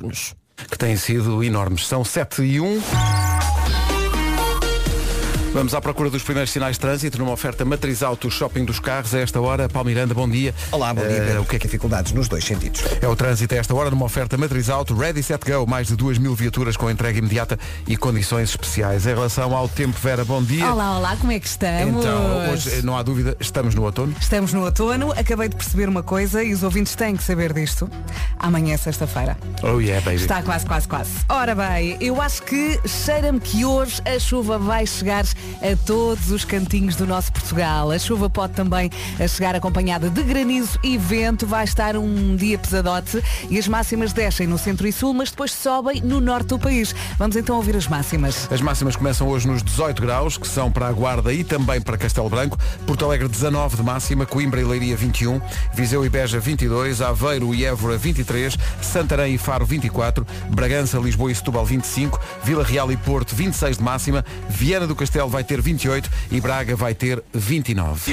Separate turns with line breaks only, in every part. Open-nos, que têm sido enormes. São 7 e 1. Vamos à procura dos primeiros sinais de trânsito numa oferta matriz auto shopping dos carros. A esta hora, Paulo Miranda, bom dia.
Olá, bom dia.
Eh,
Pedro.
o que é que
dificuldades nos dois sentidos?
É o trânsito a esta hora numa oferta matriz alto Ready Set Go, mais de 2 mil viaturas com entrega imediata e condições especiais. Em relação ao tempo, Vera, bom dia.
Olá, olá, como é que estamos?
Então, hoje, não há dúvida, estamos no outono.
Estamos no outono, acabei de perceber uma coisa e os ouvintes têm que saber disto. Amanhã é sexta-feira.
Oh yeah, baby.
Está quase, quase, quase. Ora bem, eu acho que cheira-me que hoje a chuva vai chegar a todos os cantinhos do nosso Portugal. A chuva pode também a chegar acompanhada de granizo e vento. Vai estar um dia pesadote e as máximas descem no centro e sul, mas depois sobem no norte do país. Vamos então ouvir as máximas.
As máximas começam hoje nos 18 graus, que são para a Guarda e também para Castelo Branco. Porto Alegre 19 de máxima, Coimbra e Leiria 21, Viseu e Beja 22, Aveiro e Évora 23, Santarém e Faro 24, Bragança, Lisboa e Setúbal 25, Vila Real e Porto 26 de máxima, Viana do Castelo vai ter 28 e Braga vai ter 29.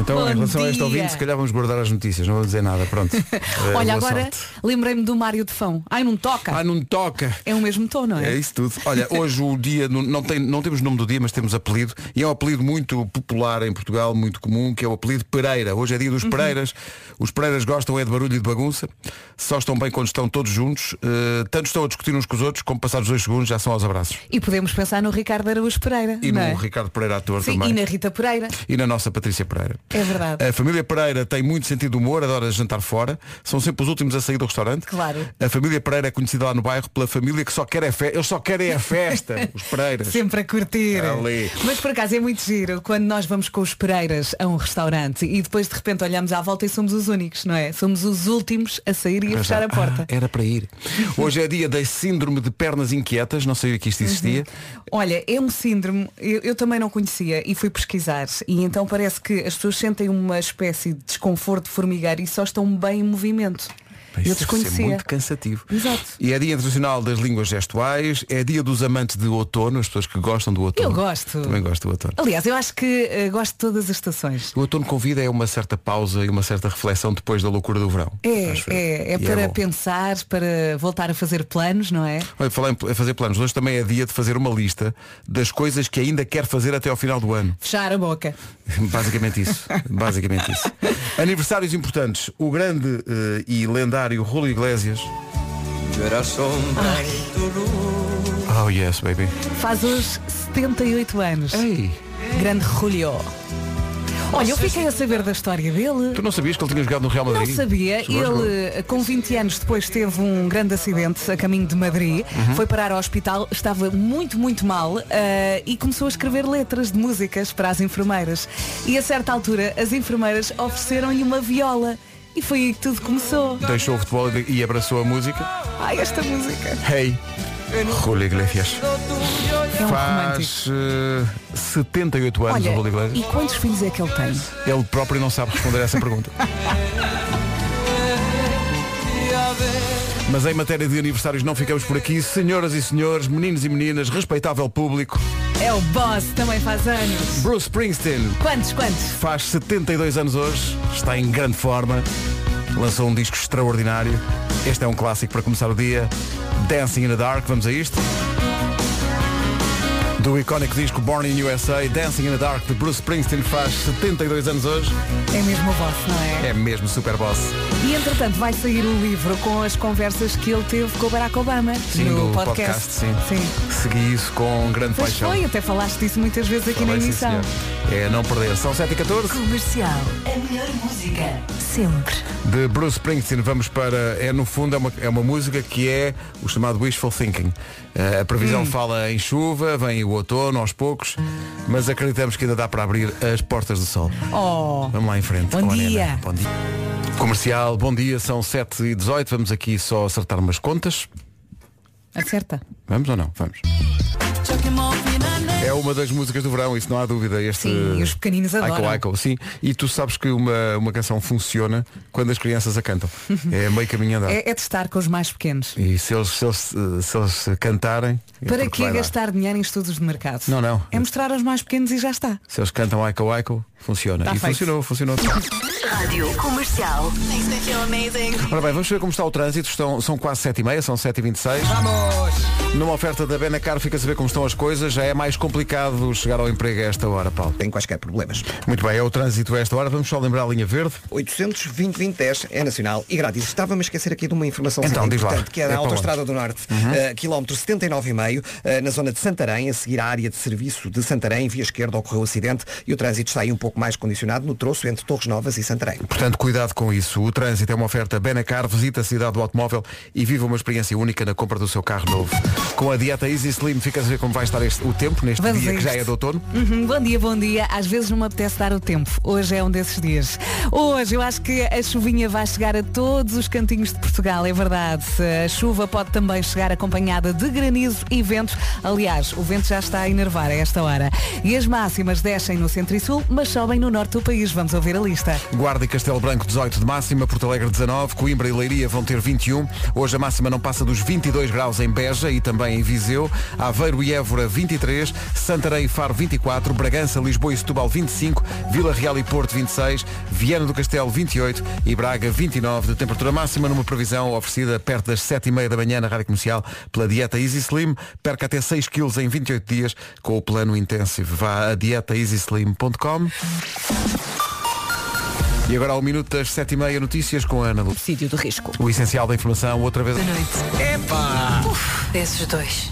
Então,
Bom
em relação a
dia.
este ouvinte, se calhar vamos guardar as notícias, não vou dizer nada, pronto. Eh,
Olha,
boa
agora
sorte.
lembrei-me do Mário de Fão. Ai, não toca.
Ah, não toca!
É o mesmo tom, não
É
é?
isso tudo. Olha, hoje o dia, não, não tem, não temos nome do dia, mas temos apelido. E é um apelido muito popular em Portugal, muito comum, que é o apelido Pereira. Hoje é dia
Uhum.
dos Pereiras. Os Pereiras gostam é de barulho e de bagunça. Só estão bem quando estão todos juntos. Eh, tanto estão a discutir uns com os outros, como passados dois segundos já são aos abraços.
E podemos pensar no Ricardo Araújo Pereira.
E no
não é?
Ricardo Pereira ator
Sim,
também.
e na Rita Pereira.
E na nossa Patrícia Pereira.
É verdade.
A família Pereira tem muito sentido de humor, adora jantar fora, são sempre os últimos a sair do restaurante.
Claro.
A família Pereira é conhecida lá no bairro pela família que só quer é festa. Eles só querem a festa, os Pereiras.
Sempre a curtir.
Ali.
Mas por acaso é muito giro quando nós vamos com os Pereiras a um restaurante e depois de repente olhamos à volta e somos os únicos, não é? Somos os últimos a sair e a fechar a porta.
Ah, era para ir. Hoje é dia da síndrome de pernas inquietas, não sabia que isto existia.
Olha, é um síndrome, eu, eu também não conhecia e fui pesquisar e então parece que as pessoas sentem uma espécie de desconforto de formigar e só estão bem em movimento. eu
Isso deve ser
desconhecia.
muito cansativo.
Exato.
E é dia internacional das línguas gestuais, é dia dos amantes de outono, as pessoas que gostam do outono.
Eu gosto.
Também gosto do outono.
Aliás, eu acho que eh, gosto de todas as estações.
O outono convida é uma certa pausa e uma certa reflexão depois da loucura do verão.
É,
acho eu.
é, é
E
para
bom.
pensar, para voltar a fazer planos, não é?
Olha, falar em a fazer planos. Hoje também é dia de fazer uma lista das coisas que ainda quer fazer até ao final do ano.
Fechar a boca.
Basicamente isso. Basicamente isso. Aniversários importantes. O grande eh, e lendário Rolo Iglesias. Oh yes, baby.
Faz hoje 78 anos.
Ei,
Grande Julio. Olha, eu fiquei a saber da história dele.
tu não sabias que ele tinha jogado no Real
Não
Madrid?
sabia,
Jogou, jogou.
ele com 20 anos depois teve um grande acidente a caminho de Madrid,
Uhum.
foi parar ao hospital, estava muito, muito mal eh, e começou a escrever letras de músicas para as enfermeiras. E a certa altura as enfermeiras ofereceram-lhe uma viola e foi aí que tudo começou.
Deixou o futebol e e abraçou a música.
Ai, esta música.
Hey, Rolo Iglesias.
É um romântico.
Faz eh, 78 anos
Olha,
o Rolo
e
Iglesias.
quantos filhos é que ele tem?
Ele próprio não sabe responder a essa pergunta. Mas em matéria de aniversários não ficamos por aqui. Senhoras e senhores, meninos e meninas, respeitável público,
É o boss, também faz anos.
Bruce Springsteen
Quantos, quantos?
faz 72 anos hoje, está em grande forma, lançou um disco extraordinário. Este é um clássico para começar o dia. Dancing in the Dark, vamos a isto. Do icónico disco Born in USA, Dancing in the Dark de Bruce Springsteen faz 72 anos hoje.
É mesmo o boss, não é?
É mesmo super boss.
E entretanto vai sair o livro com as conversas que ele teve com o Barack Obama no
do
podcast.
sim. Segui isso com grande
Pois
paixão.
foi, até falaste disso muitas vezes aqui
Também,
na
sim,
emissão.
senhor. É não perder. São 7 e 14
Comercial. A melhor música. Sempre.
de Bruce Springsteen. Vamos para. É no fundo é uma, é uma música que é o chamado wishful thinking. Eh, a
Hum.
previsão fala em chuva, vem o outono aos poucos, mas acreditamos que ainda dá para abrir as portas do sol.
Oh,
Vamos lá em frente.
Bom
com a Nena.
dia.
Bom dia. Comercial, bom dia, são 7 e 18 Vamos aqui só acertar umas contas.
acerta.
Vamos ou não? Vamos. É uma das músicas do verão, isso não há dúvida. Este
Sim, e os pequeninos adoram.
Ico, Ico, sim. E tu sabes que uma, uma canção funciona quando as crianças a cantam. É meio caminho andado.
É, é testar com os mais pequenos.
E se eles, se eles, eh, se eles cantarem. é
Para
porque
que
vai dar.
gastar dinheiro em estudos de mercado?
Não, não.
É mostrar aos mais pequenos e já está.
Se eles cantam Ico Ico, funciona.
Tá
e
feito.
funcionou, funcionou.
Rádio Comercial. Makes me feel amazing.
Ora bem, vamos ver como está o trânsito. Estão, são quase 7h30, são 7h26.
Vamos!
Numa oferta da Benacar fica a saber como estão as coisas. Já é mais complicado chegar ao emprego a esta hora, Paulo.
Tem quaisquer problemas.
Muito bem, é o trânsito a esta hora. Vamos só lembrar a linha verde.
820-2010 é nacional e grátis. Estava-me a esquecer aqui de uma informação
Então,
super
diz lá.
importante, que é
É
na
para onde? Uhum.
Autostrada do Norte, eh, quilómetro 79,5, eh, na zona de Santarém, a seguir à área de serviço de Santarém, via esquerda ocorreu o acidente e o trânsito está aí um pouco mais condicionado no troço entre Torres Novas e Santarém.
Portanto, cuidado com isso. O trânsito é uma oferta Benacar. Visita a cidade do automóvel e viva uma experiência única na compra do seu carro novo. Com a dieta Easy Slim, fica a ver como vai estar este- o tempo neste
Vamos
dia
a
que já
isto.
é de outono.
Uhum, bom dia, bom dia. Às vezes não me apetece dar o tempo. Hoje é um desses dias. Hoje eu acho que a chuvinha vai chegar a todos os cantinhos de Portugal, é verdade. A chuva pode também chegar acompanhada de granizo e ventos. Aliás, o vento já está a enervar a esta hora. E as máximas descem no centro e sul, mas sobem no norte do país. Vamos ouvir a lista.
Guarda e Castelo Branco 18 de máxima, Porto Alegre 19, Coimbra e Leiria vão ter 21. Hoje a máxima não passa dos 22 graus em Beja e também em Viseu. Aveiro e Évora 23, Santarém e Faro 24, Bragança, Lisboa e Setúbal 25, Vila Real e Porto 26, Viana do Castelo 28 e Braga 29 de temperatura máxima numa previsão oferecida perto das 7h30 da manhã na Rádio Comercial pela dieta Easy Slim. Perca até 6 quilos em 28 dias com o plano intensivo. Vá a dietaeasyslim.com. E agora ao minuto das 7h30 notícias com a Ana Lu.
Sítio do risco.
O essencial da informação, outra vez.
noite.
Epá!
Desses dois.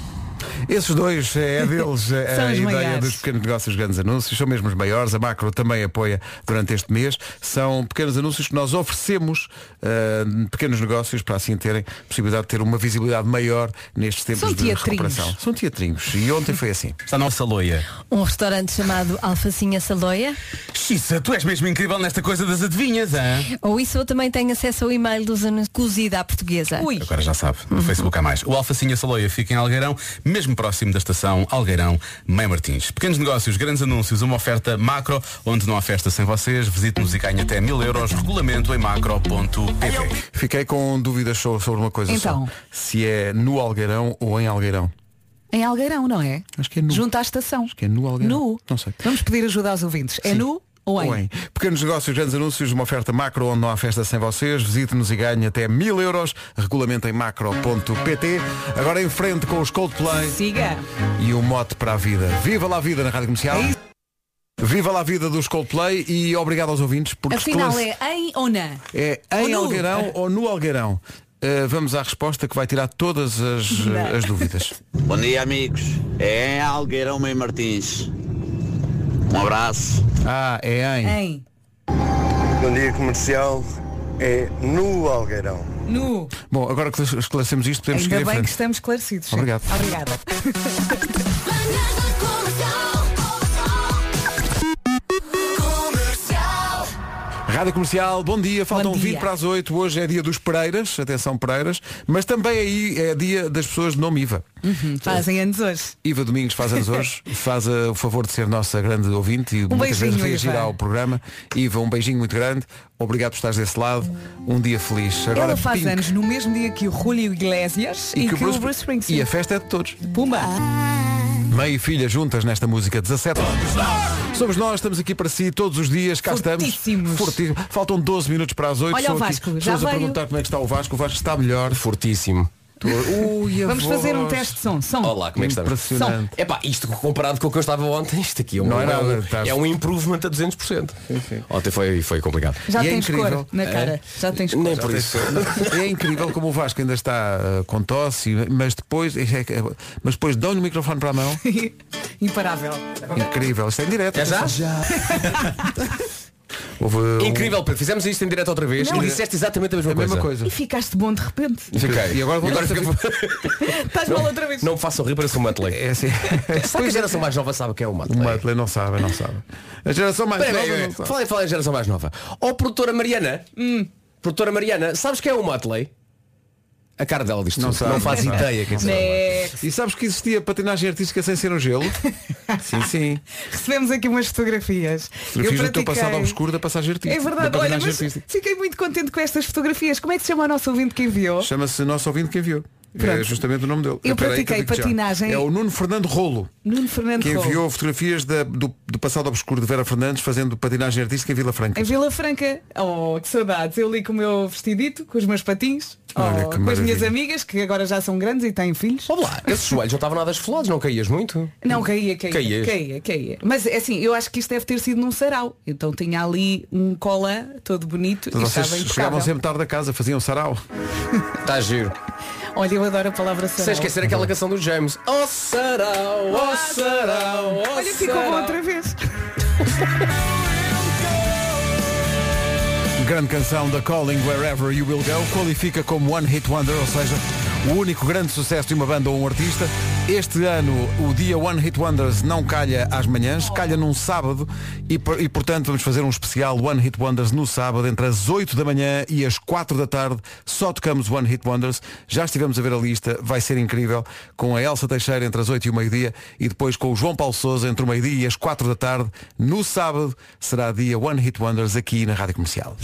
Esses dois eh, é deles eh, a
São os
ideia
maiores.
dos pequenos negócios, grandes anúncios. São mesmo os maiores. A Macro também apoia durante este mês. São pequenos anúncios que nós oferecemos eh, pequenos negócios para assim terem possibilidade de ter uma visibilidade maior nestes tempos
São
de
teatrinhos.
recuperação. São teatrinhos. E ontem foi assim.
Está a nossa loia.
Um restaurante chamado Alfacinha Saloia.
Xissa, tu és mesmo incrível nesta coisa das adivinhas, hein?
Ou isso eu também tenho acesso ao e-mail dos anos cozida à portuguesa.
Ui.
Agora já sabe, no Facebook há mais. O Alfacinha Saloia fica em Algueirão, mesmo próximo da estação Algueirão Mãe Martins. Pequenos negócios, grandes anúncios, uma oferta macro, onde não há festa sem vocês. Visite-nos e ganhe até mil euros. Regulamento em macro.pt.
Fiquei com dúvidas so- sobre uma coisa
Então.
só. Se é no Algueirão ou em Algueirão.
Em Algueirão, não é?
Acho que é nu.
Junto à estação. Acho
que é nu Algueirão.
Nu.
Não sei.
Vamos pedir ajuda aos ouvintes. É
Sim.
nu ou em?
Ou em. Pequenos negócios, grandes anúncios, uma oferta macro onde não há festa sem vocês. Visite-nos e ganhe até mil euros. Regulamento em macro.pt. Agora em frente com os Coldplay
Siga.
e o mote para a vida. Viva lá a vida na Rádio Comercial. Viva lá a vida dos Coldplay e obrigado aos ouvintes porque
Afinal
esclarece-
é em ou não?
é em
ou nu.
Algueirão ou no Algueirão. Uh, vamos à resposta que vai tirar todas as, eh,
Não.
as dúvidas.
Bom dia, amigos. É em Algueirão Meio Martins. Um abraço.
Ah, é em.
Em.
Bom dia comercial é no Algueirão.
Nu.
Bom, agora que esclarecemos isto, podemos seguir
Ainda
em
bem que
frente.
estamos esclarecidos. sim.
Obrigado.
Obrigada.
Rádio Comercial, bom dia, faltam
Bom dia.
20 para as 8, hoje é dia dos Pereiras, atenção Pereiras, mas também aí é dia das pessoas de nome Iva.
Fazem anos hoje.
Iva Domingos faz anos hoje, faz eh, o favor de ser nossa grande ouvinte e muitas
Um beijinho,
vezes reagir
Iva.
ao programa. Iva, um beijinho muito grande, obrigado por estares desse lado, um dia feliz. Agora
Ela faz
Pink
anos no mesmo dia que o Julio Iglesias e, que, o Bruce Springsteen. Ah.
E a festa é de todos.
Pumba.
Mãe e filha juntas nesta música 17 Somos nós, estamos aqui para si todos os dias, cá
Fortíssimos.
estamos. Fortíssimos. Faltam 12 minutos para as 8.
Olha
Estou
o
aqui
Vasco, já
pessoas a
veio.
perguntar como é que está o Vasco. O Vasco está melhor.
Fortíssimo.
Estou- Ui, a
Vamos
voz.
fazer um teste de som. som.
Olá, como é que estamos?
Impressionante.
Epá, isto comparado com o que eu estava ontem, isto aqui é um,
Não é
é
nada,
um,
estás-
é um improvement a 200%. Ontem foi, foi complicado.
Já
E é
tens
incrível.
cor na cara. Já tens cor.
Nem por isso.
É incrível como o Vasco ainda está ah, com tosse, mas depois, é mas depois dão-lhe o microfone para a mão.
Imparável.
Incrível, isto é em direto.
É já?
Houve um-
Incrível, Pedro. Fizemos isto em direto outra vez
Não,
e
é-
disseste exatamente a mesma
A
coisa.
mesma coisa.
E ficaste bom de repente.
Fiquei.
E agora voltaste a
Estás mal outra vez.
Não me façam rir, parece um Muttley.
É assim.
Sabe que a geração mais nova sabe quem é o Muttley?
O Matley não sabe, não sabe. A geração Hum. mais
Espera aí,
nova
espera aí.
não sabe.
Fala em- fala em geração mais nova. Ó produtora Mariana. Produtora Mariana, sabes quem é o Muttley? A cara dela diz
Não
tudo.
sabe,
não faz
não sabe.
ideia quem será.
É,
E sabes que existia patinagem artística sem ser um gelo? sim, sim.
recebemos aqui umas fotografias.
Fotografias do teu
pratiquei.
passado obscuro da passagem artística.
É
Da
verdade, olha,
patinagem
mas
artística.
fiquei muito contente com estas fotografias. Como é que se chama o nosso ouvinte que enviou?
Chama-se nosso ouvinte que enviou. É justamente o nome dele.
Eu
Espera aí que
pratiquei
digo já.
patinagem.
É o Nuno Fernando Rolo.
Nuno Fernando
que
Rolo.
enviou fotografias da- do, do passado obscuro de Vera Fernandes fazendo patinagem artística em Vila Franca.
Em Vila Franca, oh, que saudades. Eu li com o meu vestidito, com os meus patins,
Olha,
oh,
que
com as minhas
maravilha.
amigas, que agora já são grandes e têm filhos.
Vamos lá, esses joelhos não estavam nada esfolados, não caías muito?
Não, é, caía,
é.
caía,
Caías.
caía, caía. Mas é assim, eu acho que isto deve ter sido num sarau. Então tinha ali um cola todo bonito
Então,
e
vocês
estava é impecável.
chegavam sempre tarde a casa, faziam sarau.
Está Tá giro.
Tá Olha, eu adoro a palavra sarau.
Sem esquecer aquela canção do James. Oh sarau, oh sarau, oh
Olha, ficou
sarau.
bom outra vez.
Grande canção da Calling Wherever You Will Go qualifica como One Hit Wonder, ou seja, o único grande sucesso de uma banda ou um artista. Este ano o dia One Hit Wonders não calha às manhãs, calha num sábado e, por- e, portanto vamos fazer um especial One Hit Wonders no sábado entre as 8 da manhã e as 4 da tarde. Só tocamos One Hit Wonders. Já estivemos a ver a lista, vai ser incrível. Com a Elsa Teixeira entre as 8 e o meio-dia e depois com o João Paulo Souza entre o meio-dia e as 4 da tarde. No sábado será dia One Hit Wonders aqui na Rádio Comercial.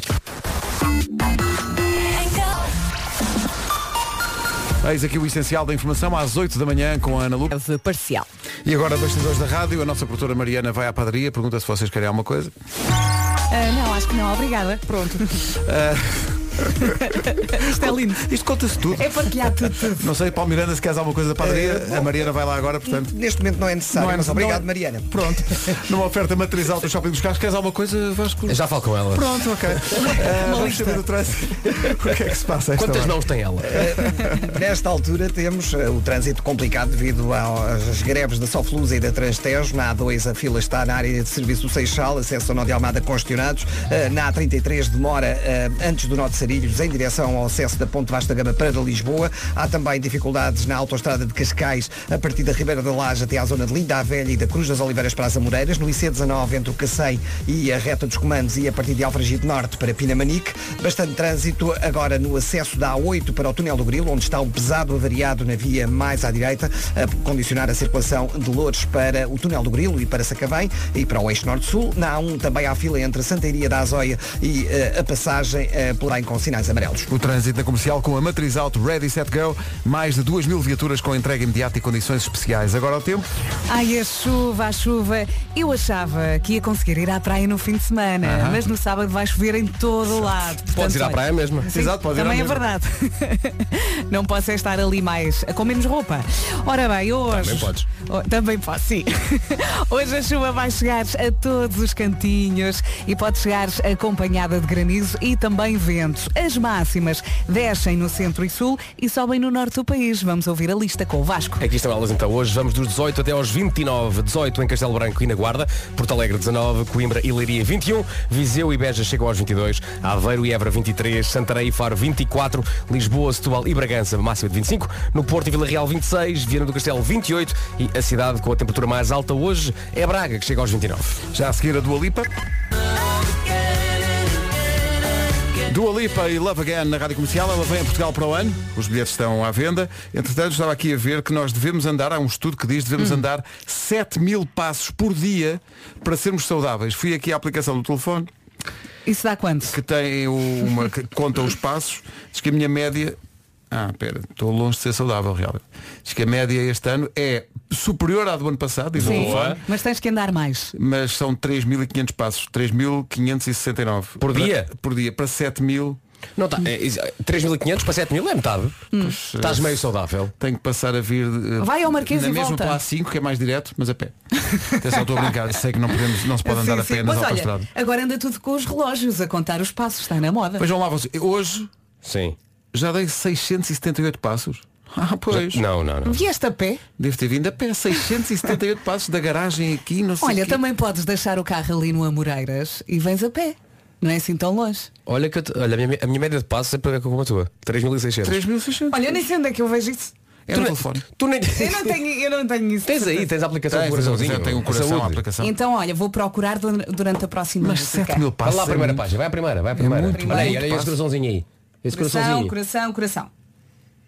Eis aqui o essencial da informação às 8 da manhã com a Ana Lu.
Parcial.
E agora, bastidores da rádio, a nossa produtora Mariana vai à padaria, pergunta se vocês querem alguma coisa.
Ah, não, acho que não, obrigada. Pronto. Isto é lindo.
Isto conta-se tudo.
É partilhar tudo, tudo.
Não sei, Paulo Miranda, se queres alguma coisa da padaria, a Mariana vai lá agora, portanto.
Neste momento não é necessário,
Não é
mas
necessário.
obrigado,
Não é-
Mariana.
Pronto. Numa oferta matriz alta do Shopping dos Carros, queres alguma coisa, Vasco?
Já falo com ela.
Pronto, ok. Ah, vamos saber do trânsito. O que é que se passa a esta
Quantas
hora?
mãos tem ela?
Nesta altura temos eh, o trânsito complicado devido ao- às greves da Soflusa e da Transtejo. Na A2 a fila está na área de serviço do Seixal, acesso ao Nó de Almada congestionados. Eh, Na A33 demora eh, antes do Nó de Sarilhos em direção ao acesso da Ponte Vasta Gama para Lisboa. Há também dificuldades na autoestrada de Cascais a partir da Ribeira da Laje até à zona de Linda a Velha e da Cruz das Oliveiras para as Amoreiras. No IC19 entre o Cacém e a reta dos comandos e a partir de Alfragido Norte para Pinamanique. Bastante trânsito agora no acesso da A8 para o túnel do Grilo, onde está um pesado avariado na via mais à direita, a condicionar a circulação de Loures para o túnel do Grilo e para Sacavém e para o eixo norte-sul. Na A1 também há fila entre Santa Iria da Azóia e eh, a passagem eh, por lá com sinais amarelos.
O trânsito na comercial com a matriz alto Ready Set Go, mais de 2 mil viaturas com entrega imediata e condições especiais. Agora o tempo.
Ai, a chuva, a chuva. Eu achava que ia conseguir ir à praia no fim de semana, mas no sábado vai chover em todo o lado. Portanto,
Podes ir à
olha,
praia mesmo.
Sim,
Exato, pode ir à
também é
mesma.
verdade. Não posso é estar ali mais com menos roupa. Ora bem, hoje.
Também podes.
Oh, também posso, sim. Hoje a chuva vai chegar a todos os cantinhos e pode chegar acompanhada de granizo e também ventos. As máximas descem no centro e sul e sobem no norte do país. Vamos ouvir a lista com o Vasco.
Aqui estão elas então hoje, vamos dos 18 até aos 29, 18 em Castelo Branco e na Guarda, Porto Alegre 19, Coimbra e Leiria 21, Viseu e Beja chegam aos 22, Aveiro e Évora 23, Santarém e Faro 24, Lisboa, Setúbal e Bragança máxima de 25, no Porto e Vila Real 26, Viana do Castelo 28 e a cidade com a temperatura mais alta hoje é Braga que chega aos 29.
Já a seguir a Dua Lipa. Dua Lipa e Love Again na Rádio Comercial, ela vem a Portugal para o ano, os bilhetes estão à venda. Entretanto, estava aqui a ver que nós devemos andar, há um estudo que diz que devemos andar 7 mil passos por dia para sermos saudáveis. Fui aqui à aplicação do telefone,
Isso dá quanto?
que tem o- uma que conta os passos, diz que a minha média. Ah, pera, estou longe de ser saudável, realmente. Diz que a média este ano é superior à do ano passado, diz o
Sim,
telefone,
mas tens que andar mais.
mas são 3.500 passos, 3.569.
Por
Para-
dia?
Por dia, para 7.000
Não tá, é, é, 3.500 para 7.000 é metade. Estás meio saudável.
tenho que passar a vir eh,
Vai ao Marquês
na
e
mesma
volta.
pela A5, que é mais direto, mas a pé. Atenção, estou a brincar, sei que não, podemos, não se pode andar
Sim,
a
sim.
pé nas
Mas olha,
autostradas.
agora anda tudo com os relógios a contar os passos, está na moda.
Vejam lá, você, hoje
Sim.
já dei 678 passos. Ah, pois.
Não, não, não.
Vieste a pé?
Devo ter vindo a pé 678 passos da garagem aqui, não sei
Olha,
o quê.
também podes deixar o carro ali no Amoreiras e vens a pé. Não é assim tão longe.
Olha, que eu te- olha a, minha, a minha média de passos é para ver como a tua. 3.600.
3.600.
Olha, eu nem sei onde é que eu vejo isso.
É
Tu
no
nem-
telefone.
Tu nem
Eu não tenho, eu não tenho isso.
Tens aí, tens a aplicação do coraçãozinho.
Tem um coração
Saúde.
a aplicação.
Então, olha, vou procurar dur- durante a próxima
Mas
música.
7 mil
Vai
passos.
lá à primeira
é
página, vai à primeira, vai à primeira.
muito,
olha aí,
muito
olha aí esse
passo.
coraçãozinho aí. Esse
Coração,
coraçãozinho.
coração, coração.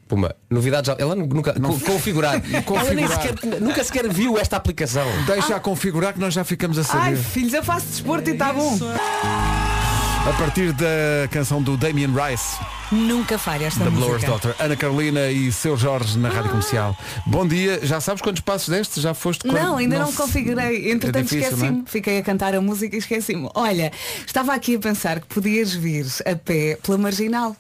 Puma, novidades, ela nunca co- configurar. Ela nem sequer, nunca sequer viu esta aplicação.
Ah.
Deixa a configurar que nós já ficamos a saber.
tá Ai, filhos, eu faço desporto e está bom.
A partir da canção do Damien Rice,
Nunca falha esta
da Blower's
música. Ah.
Daughter, Ana Carolina e seu Jorge na Rádio Comercial. Bom dia, já sabes quantos passos deste? Já foste quando-
Não, ainda não,
se-
configurei. Entretanto,
É difícil,
esqueci-me.
não é?
Fiquei a cantar a música e esqueci-me. Olha, estava aqui a pensar que podias vir a pé pela marginal.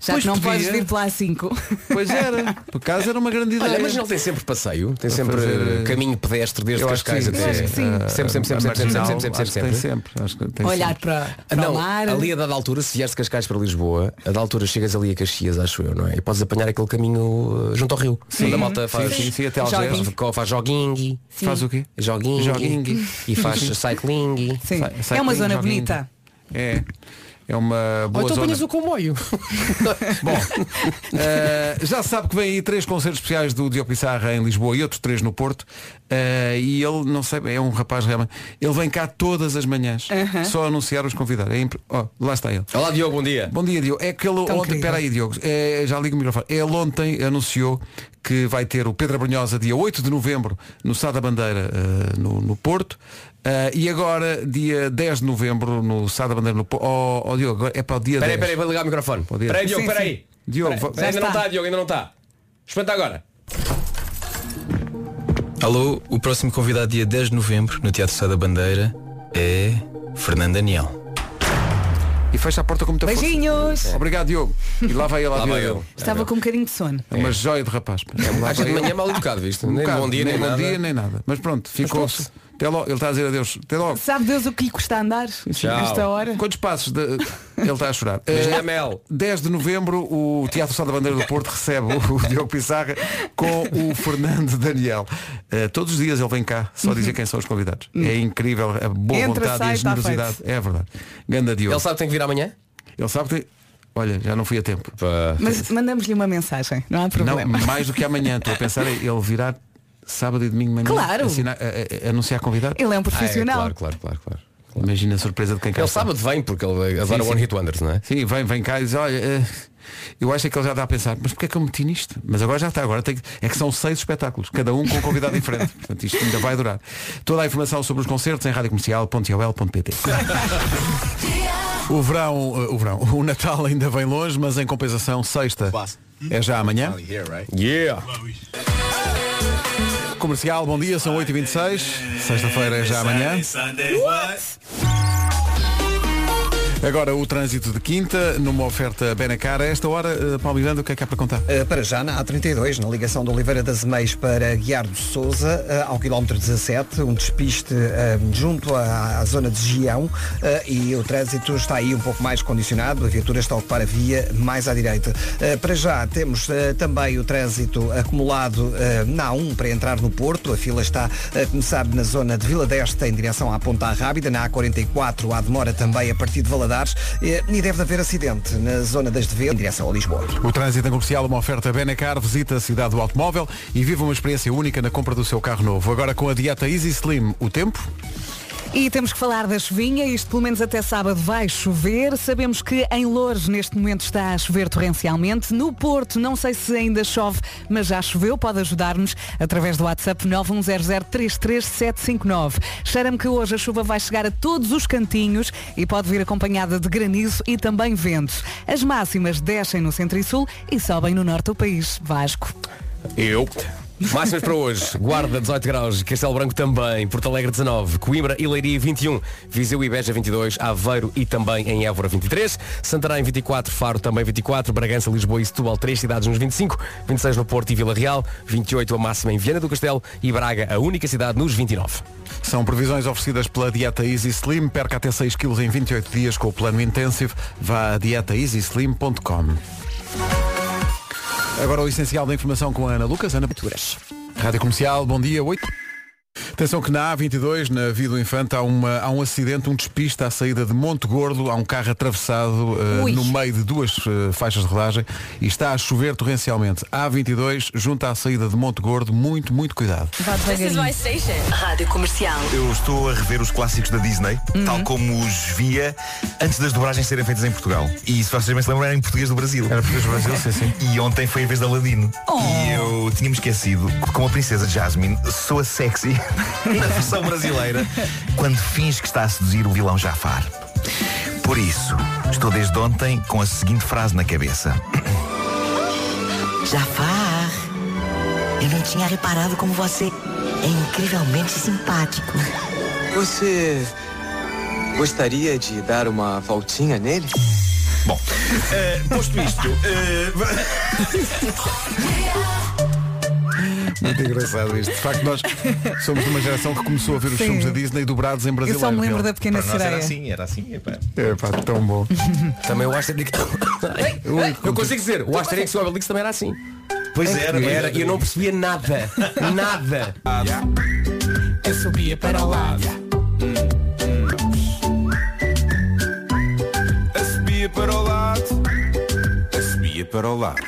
Já
Pois
que não
podia.
podes vir pela A5.
Pois era, por acaso era uma grande ideia.
Olha, mas não tem sempre passeio, tem sempre
fazer,
eh, caminho pedestre desde
Eu acho que
Cascais
sim.
até.
Eu acho que sim.
Eh, Sempre, sempre, sempre,
A
sempre, sempre,
Marginal,
sempre, sempre,
acho que
sempre,
tem
sempre.
sempre. Acho que tem
Olhar
sempre.
para,
Ah,
para
Não,
o mar.
ali a dada altura, se vieres de Cascais para Lisboa, a dada altura chegas ali a Caxias, acho eu, não é? E podes apanhar aquele caminho eh, junto ao rio. Sim, a malta faz, assim,
sim, sim, até Algés.
faz, faz joguinho,
Faz o quê?
joguinho,
Joguinho.
e faz cycling.
Sim.
Sai- sai
é uma
com
zona
um joguinho.
bonita. então
É. É uma boa zona.
comboio.
Bom, eh, já sabe que vem aí três concertos especiais do Diogo Pissarra em Lisboa e outros três no Porto. Eh, e ele, não sei, é um rapaz realmente. Ele vem cá todas as manhãs só anunciar os convidados. É impre- oh, lá está ele.
Olá Diogo, bom dia.
Bom dia, Diogo. É que ele ontem,
querido.
espera aí, Diogo, É, já ligo o microfone. Ele ontem anunciou que vai ter o Pedro Brunhosa dia 8 de novembro no Sá da Bandeira, eh, no, no Porto. Eh, e agora, dia 10 de novembro, no Sá da Bandeira, no Porto. Oh, oh, Diogo, agora é para o dia
Peraí,
10.
peraí, vou ligar o microfone.
Bom dia.
Peraí, Diogo,
Sim,
peraí.
Diogo,
Peraí,
va-
peraí, ainda
Já
não
está.
está, Diogo, ainda não está. Espanta agora.
Alô, o próximo convidado dia 10 de novembro no Teatro Sá da Bandeira é Fernando Daniel.
E fecha a porta com muita força.
Beijinhos!
Obrigado, Diogo. E lá vai ele, lá,
Lá vai
ele.
ele.
Estava com um bocadinho de sono.
É uma joia de rapaz. pá. Lá
Acho
vai
que
ele.
amanhã é mal educado, visto?
Um
nem
bocado,
bom dia, nem,
bom
nada.
dia, nem nada. Mas pronto, ficou-se. Até logo. Ele está a dizer adeus. Até logo.
Sabe Deus o que lhe custa andar
Tchau.
esta hora?
Quantos passos? de- Ele está a chorar.
Beijinho
Eh,
à Mel.
10 de novembro, o Teatro Sá da Bandeira do Porto recebe o Diogo Pissarra com o Fernando Daniel. Eh, todos os dias ele vem cá, só dizer quem são os convidados. É incrível a boa
Uhum.
vontade e
Entra,
a
sai, está
generosidade. É verdade. Ganda Diogo.
Ele sabe que tem que vir amanhã?
Ele sabe que. Olha, já não fui a tempo.
Mas mandamos-lhe uma mensagem, não há
Não,
problema.
mais do que amanhã. Estou a pensar em ele virar sábado e domingo de manhã.
Claro.
assinar- a- a- a- anunciar convidado.
Ele é um
Ah, é,
profissional.
claro, claro, claro, claro.
Imagina a surpresa de quem cá
Ele
está.
sábado vem porque ele adora
sim.
One Hit Wonders, não é?
Sim, vem, vem cá e diz, olha, eh, eu acho é que ele já dá a pensar, mas porquê é que eu meti nisto? Mas agora já está, agora tem que- é que são seis espetáculos, cada um com um convidado diferente. Portanto, isto ainda vai durar. Toda a informação sobre os concertos em radiocomercial.ol.pt O verão, eh, o verão, o Natal ainda vem longe, mas em compensação, sexta é já amanhã.
Yeah!
Comercial, bom dia, são 8h26, sexta-feira é já amanhã. Agora o trânsito de quinta, numa oferta Benacar. A esta hora, eh, Paulo Miranda, o que é que há para contar?
Uh, para já, na A32, na ligação de Oliveira das Meias para Guiar do Souza, uh, ao quilómetro 17, um despiste um, junto à, à zona de Gião uh, e o trânsito está aí um pouco mais condicionado, a viatura está a ocupar a via mais à direita. Uh, para já, temos uh, também o trânsito acumulado uh, na A1 para entrar no Porto, a fila está, uh, como sabe, na zona de Vila Desta em direção à Ponta Rábida, na A44 há demora também a partir de Valadares eh, e deve haver acidente na zona das Devedas em direção a Lisboa.
O trânsito em comercial, uma oferta Benacar, visita a cidade do automóvel e viva uma experiência única na compra do seu carro novo. Agora com a dieta Easy Slim, o tempo?
E temos que falar da chuvinha, isto pelo menos até sábado vai chover. Sabemos que em Loures neste momento está a chover torrencialmente. No Porto, não sei se ainda chove, mas já choveu. Pode ajudar-nos através do WhatsApp 910033759. Cheira-me que hoje a chuva vai chegar a todos os cantinhos e pode vir acompanhada de granizo e também ventos. As máximas descem no centro e sul e sobem no norte do país. Vasco.
Eu. Máximas para hoje. Guarda 18 graus, Castelo Branco também, Porto Alegre 19, Coimbra e Leiria 21, Viseu e Beja 22, Aveiro e também em Évora 23, Santarém 24, Faro também 24, Bragança, Lisboa e Setúbal três cidades nos 25, 26 no Porto e Vila Real, 28 a máxima em Viana do Castelo e Braga a única cidade nos 29.
São previsões oferecidas pela dieta Easy Slim. Perca até 6 quilos em 28 dias com o plano intensivo. Vá a dietaeasyslim.com Agora o essencial da informação com a Ana Lucas, Ana Pinturas. Rádio Comercial, bom dia, 8. Atenção que na A22, na Via do Infante, há, uma- há um acidente, um despiste à saída de Monte Gordo, há um carro atravessado eh,
Ui.
no meio de duas eh, faixas de rodagem e está a chover torrencialmente. A22, junto à saída de Monte Gordo, muito, muito cuidado.
Vá devagarinho.
Rádio Comercial.
Eu estou a rever os clássicos da Disney,
Uhum.
tal como os via antes das dobragens serem feitas em Portugal. E se vocês bem se lembram, era em português do Brasil.
Era para o Brasil, sim, sim.
E ontem foi a vez da Aladino.
Oh.
E eu tinha-me esquecido que com a princesa Jasmine soa sexy na versão brasileira quando finge que está a seduzir o vilão Jafar. Por isso, estou desde ontem com a seguinte frase na cabeça.
Jafar, eu não tinha reparado como você é incrivelmente simpático.
Você gostaria de dar uma voltinha nele?
Bom, eh, posto isto, eh,
Muito engraçado isto. De facto, nós somos de uma geração que começou a ver os
Sim.
filmes da Disney dobrados em brasileiro.
Eu só me lembro
Real.
da Pequena é Para nós
é?
era Sereia.
assim, era assim. Epá.
É pá, tão bom.
também o Asterix.
Ui,
eu consigo dizer, o Asterix e o Obelix também era assim.
Pois
É
era,
que
pois
era.
era.
E eu não percebia nada. Nada.
Eu subia para o lado. Eu subia para o lado. Eu subia para o lado.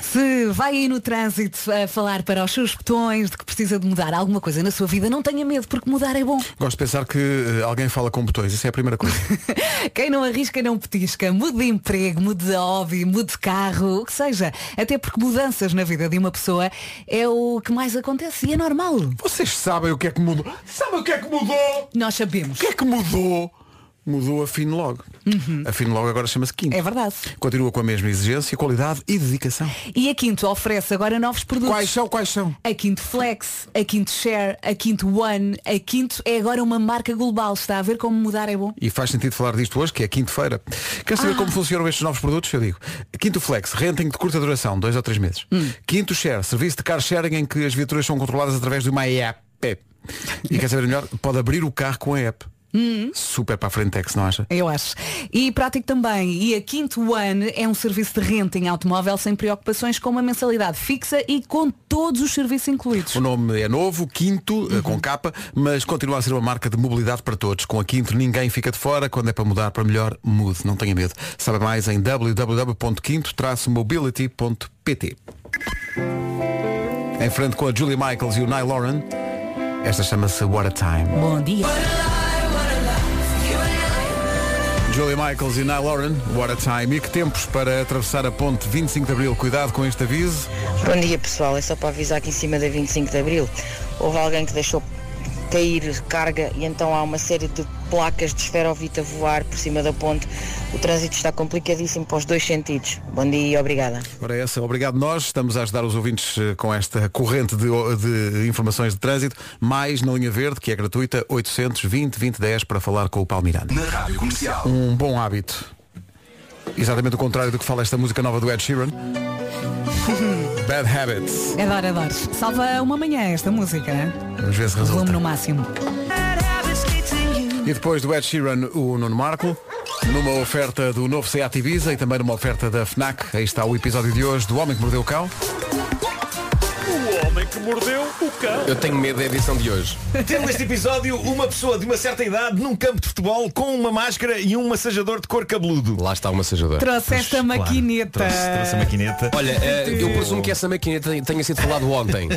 Se vai aí no trânsito a falar para os seus botões de que precisa de mudar alguma coisa na sua vida, não tenha medo, porque mudar é bom.
Gosto de pensar que eh, alguém fala com botões. Isso é a primeira coisa.
Quem não arrisca não petisca. Mude de emprego, mude de hobby, mude de carro, o que seja. Até porque mudanças na vida de uma pessoa é o que mais acontece e é normal.
Vocês sabem o que é que mudou? Sabem o que é que mudou?
Nós sabemos. O
que é que mudou? Mudou a Fino Logo.
Uhum.
A Fino Logo agora chama-se Quinto. É
verdade.
Continua com a mesma exigência, qualidade e dedicação.
E a Quinto oferece agora novos produtos. Quais
são? Quais são?
A Quinto Flex, a Quinto Share, a Quinto One. A Quinto é agora uma marca global. Está a ver como mudar é bom?
E faz sentido falar disto hoje, que é quinta-feira. Quer saber como funcionam estes novos produtos? Eu digo. Quinto Flex, renting de curta duração, dois ou três meses. Quinto Share, serviço de car sharing em que as viaturas são controladas através de uma app. E quer saber melhor? Pode abrir o carro com a app.
Hum.
Super para a Frentex, não acha?
Eu acho. E prático também. E a Quinto One é um serviço de renta em automóvel sem preocupações com uma mensalidade fixa e com todos os serviços incluídos.
O nome é novo, Quinto, eh, com capa, mas continua a ser uma marca de mobilidade para todos. Com a Quinto ninguém fica de fora. Quando é para mudar para melhor, mude. Não tenha medo. Sabe mais em www.quinto-mobility.pt Em frente com a Julie Michaels e o Nye Lauren, esta chama-se What a Time.
Bom dia.
Julie Michaels e Nye Lauren, What a Time. E que tempos para atravessar a ponte 25 de Abril. Cuidado com este aviso.
Bom dia pessoal, é só para avisar que em cima da 25 de Abril houve alguém que deixou cair carga e então há uma série de placas de esferovita a voar por cima da ponte. O trânsito está complicadíssimo para os dois sentidos. Bom dia e obrigada.
Ora é essa, obrigado nós, estamos a ajudar os ouvintes eh, com esta corrente de, de informações de trânsito, mais na linha verde, que é gratuita, 820 2010 para falar com o Palmiranda.
Na rádio comercial.
Um bom hábito. Exatamente o contrário do que fala esta música nova do Ed Sheeran. Bad Habits.
Adoro, adoro. Salva uma manhã esta música. né?
Vamos ver se
Volume
resulta.
no máximo.
E depois do Ed Sheeran, o Nuno Marco, numa oferta do novo Seat Ibiza e também numa oferta da FNAC. Aí está o episódio de hoje do Homem que Mordeu o Cão.
O homem que mordeu o cão.
Eu tenho medo da edição de hoje.
Tendo este episódio uma pessoa de uma certa idade num campo de futebol com uma máscara e um massajador de cor cabeludo.
Lá está o massajador.
Trouxe esta maquineta.
maquineta.
Olha, eh, eu presumo que essa maquineta tenha sido falado ontem.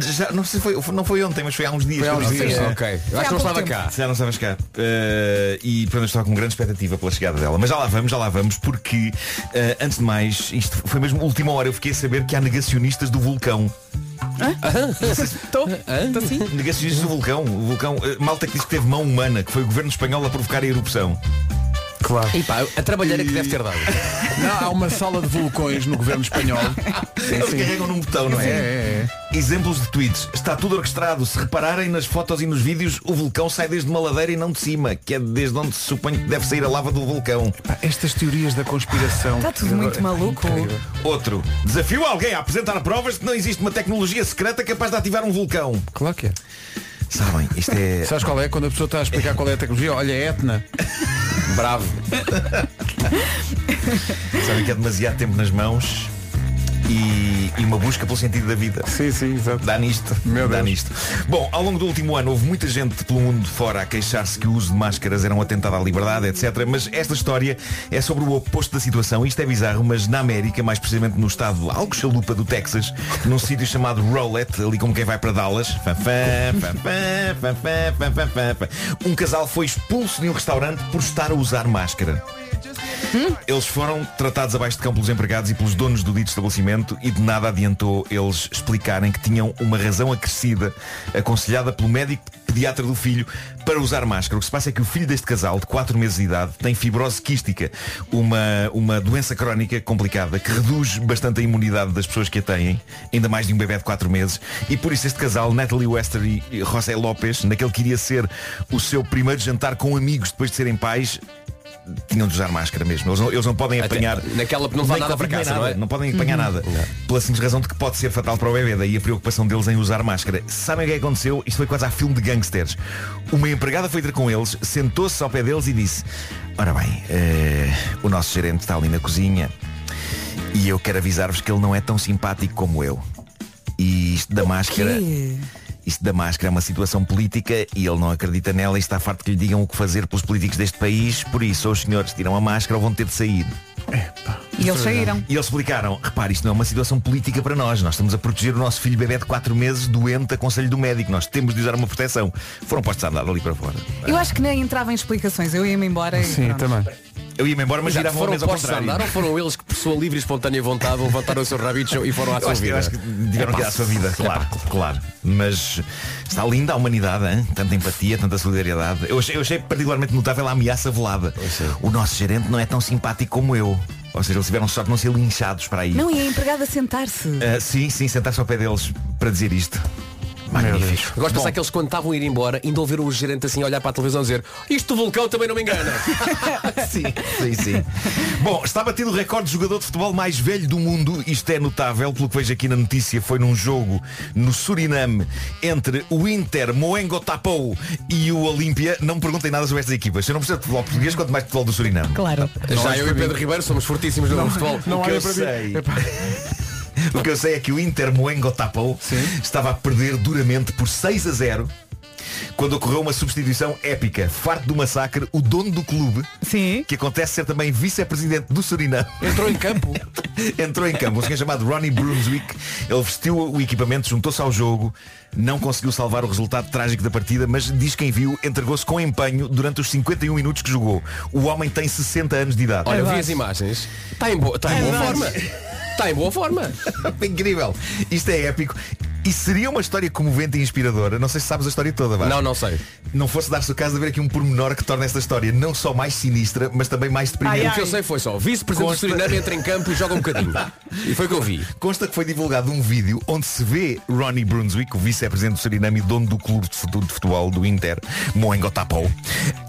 Já, não, sei, se foi, não foi ontem, mas foi há uns dias.
Foi há
que eu
uns
disse.
dias, ok. Eu Foi acho há que não pouco estava tempo. cá.
Ah. Já não estavas cá. Eh, e portanto eu estava com grande expectativa pela chegada dela. Mas já lá vamos, já lá vamos, porque eh, antes de mais, isto foi mesmo última hora, eu fiquei a saber que há negacionistas do vulcão.
Estou assim?
Negacionistas do vulcão. O vulcão, eh, malta que diz que teve mão humana, que foi o governo espanhol a provocar a erupção.
Claro.
E pá, a trabalhar é que deve ter dado.
Não, há uma sala de vulcões no governo espanhol.
Eles carregam num botão, não é?
Sim. É,
Exemplos de tweets. Está tudo orquestrado. Se repararem nas fotos e nos vídeos, o vulcão sai desde uma ladeira e não de cima, que é desde onde se suponho que deve sair a lava do vulcão.
Estas teorias da conspiração. É
Está Tá tudo muito maluco.
Outro. Desafio alguém a apresentar provas de que não existe uma tecnologia secreta capaz de ativar um vulcão.
Claro que é.
Sabem, isto é.
Sabes qual é? Quando a pessoa está a explicar qual é a tecnologia, olha, é Etna.
Bravo.
Sabem que é demasiado tempo nas mãos. E, e uma busca pelo sentido da vida.
Sim, sim, exato.
Dá nisto. Dá nisto. Bom, ao longo do último ano houve muita gente pelo mundo de fora a queixar-se que o uso de máscaras era um atentado à liberdade, etc. Mas esta história é sobre o oposto da situação. Isto é bizarro, mas na América, mais precisamente no estado algo chalupa do Texas, num sítio chamado Rowlett, ali como quem vai para Dallas, fã, fã, fã, fã, fã, fã, fã, fã, fã, fã. um casal foi expulso de um restaurante por estar a usar máscara. Eles foram tratados abaixo de campo pelos empregados e pelos donos do dito estabelecimento e de nada adiantou eles explicarem que tinham uma razão acrescida aconselhada pelo médico pediatra do filho para usar máscara. O que se passa é que o filho deste casal, de 4 meses de idade, tem fibrose quística, uma, uma doença crónica complicada que reduz bastante a imunidade das pessoas que a têm, ainda mais de um bebê de 4 meses. E por isso este casal, Natalie Wester e José Lopes, naquele que iria ser o seu primeiro jantar com amigos depois de serem pais, tinham de usar máscara mesmo. Eles não, eles não podem
Até-
apanhar.
naquela não vai
Nem
nada para
Covid,
casa,
nem
não
nada.
é?
podem apanhar
Uhum.
nada. Pela simples razão de que pode ser fatal para o bebê, daí a preocupação deles em usar máscara. Sabem o que é que aconteceu? Isto foi quase a filme de gangsters. Uma empregada foi ter com eles, sentou-se ao pé deles e disse, ora bem, eh, o nosso gerente está ali na cozinha e eu quero avisar-vos que ele não é tão simpático como eu. E isto da máscara. Isto da máscara é uma situação política e ele não acredita nela e está farto que lhe digam o que fazer pelos políticos deste país, por isso ou os senhores tiram a máscara ou vão ter de sair.
E eles saíram.
E eles explicaram, repare, isto não é uma situação política para nós. Nós estamos a proteger o nosso filho bebê de 4 meses doente a conselho do médico. Nós temos de usar uma proteção. Foram postos a andar ali para fora.
Eu acho que nem entrava em explicações, eu ia-me embora e pronto.
Eu ia-me embora, mas
Exato,
giravam a
foram
mesa ao
postos a
contrário.
andar ou foram eles que, por sua livre e espontânea vontade, levantaram o seu rabicho e foram à
Eu
sua
acho que-
vida?
eu acho que tiveram que ir à sua vida, claro, claro. Mas está linda a humanidade, hein? tanta empatia, tanta solidariedade. Eu achei, eu achei particularmente notável a ameaça velada. O nosso gerente não é tão simpático como eu. Ou seja, eles tiveram sorte de não ser linchados para aí.
Não, e a empregada sentar-se.
Ah, sim, sim, sentar-se ao pé deles para dizer isto. Magnífico.
Eu gosto de
Bom,
pensar que eles quando estavam a ir embora ainda ouviram o gerente assim a olhar para a televisão e dizer isto do vulcão também não me engana.
sim, sim, sim. Bom, está batido o recorde de jogador de futebol mais velho do mundo. Isto é notável, pelo que vejo aqui na notícia, foi num jogo no Suriname entre o Inter Moengo Tapou e o Olímpia. Não me perguntem nada sobre estas equipas. Eu não percebo de futebol português, quanto mais de futebol do Suriname.
Claro.
Já eu e Pedro Ribeiro somos fortíssimos no futebol.
É
o que eu sei. O que eu sei é que o Inter Moengo Tapou estava a perder duramente por 6 a 0 quando ocorreu uma substituição épica. Farto do massacre, o dono do clube, que acontece ser também vice-presidente do Suriname.
Entrou em campo.
Entrou em campo. Um senhor chamado Ronnie Brunswick. Ele vestiu o equipamento, juntou-se ao jogo, não conseguiu salvar o resultado trágico da partida, mas diz quem viu, entregou-se com empenho durante os 51 minutos que jogou. O homem tem 60 anos de idade.
Olha, eu vi as imagens. Está em, boa- está em
É
boa
verdade.
forma. Está em boa forma.
Incrível. Isto é épico. E seria uma história comovente e inspiradora. Não sei se sabes a história toda, Vasco.
Não, não sei.
Não fosse dar-se o caso de haver aqui um pormenor que torna esta história não só mais sinistra, mas também mais deprimente.
O que eu sei foi só, vice-presidente do
Consta-
Suriname entra em campo e joga um bocadinho. E foi o que eu vi.
Consta que foi divulgado um vídeo onde se vê Ronnie Brunswick, o vice-presidente do Suriname e dono do clube de fute- de futebol do Inter, Moengo Tapou,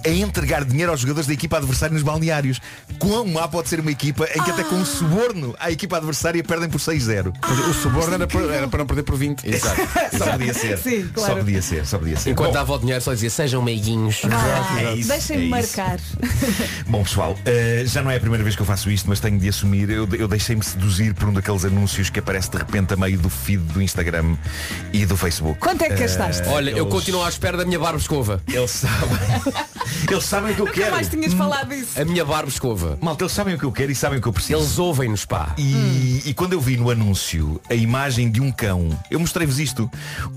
a entregar dinheiro aos jogadores da equipa adversária nos balneários. Quão má pode ser uma equipa em que até com um suborno à equipa adversária perdem por 6-0?
O suborno era para, era para não perder por 20.
Exato. só podia ser.
Sim, claro.
Só podia ser, só podia ser.
Enquanto
Bom,
dava o dinheiro só dizia, sejam meiguinhos.
Ah,
é isso, é
Deixem-me
isso.
marcar.
Bom pessoal, eh, já não é a primeira vez que eu faço isto, mas tenho de assumir, eu, eu deixei-me seduzir por um daqueles anúncios que aparece de repente a meio do feed do Instagram e do Facebook.
Quanto é que
Eh,
gastaste?
Olha, eu
eles-
continuo à espera da minha barba escova.
Eles sabem. Eles sabem o que eu
Nunca
quero. Hum,
mais tinhas falado isso.
A minha barba escova.
Malta, eles sabem o que eu quero e sabem o que eu preciso.
Eles ouvem-nos, pá.
Hum.
E, e quando eu vi no anúncio a imagem de um cão, eu mostrei-vos isto,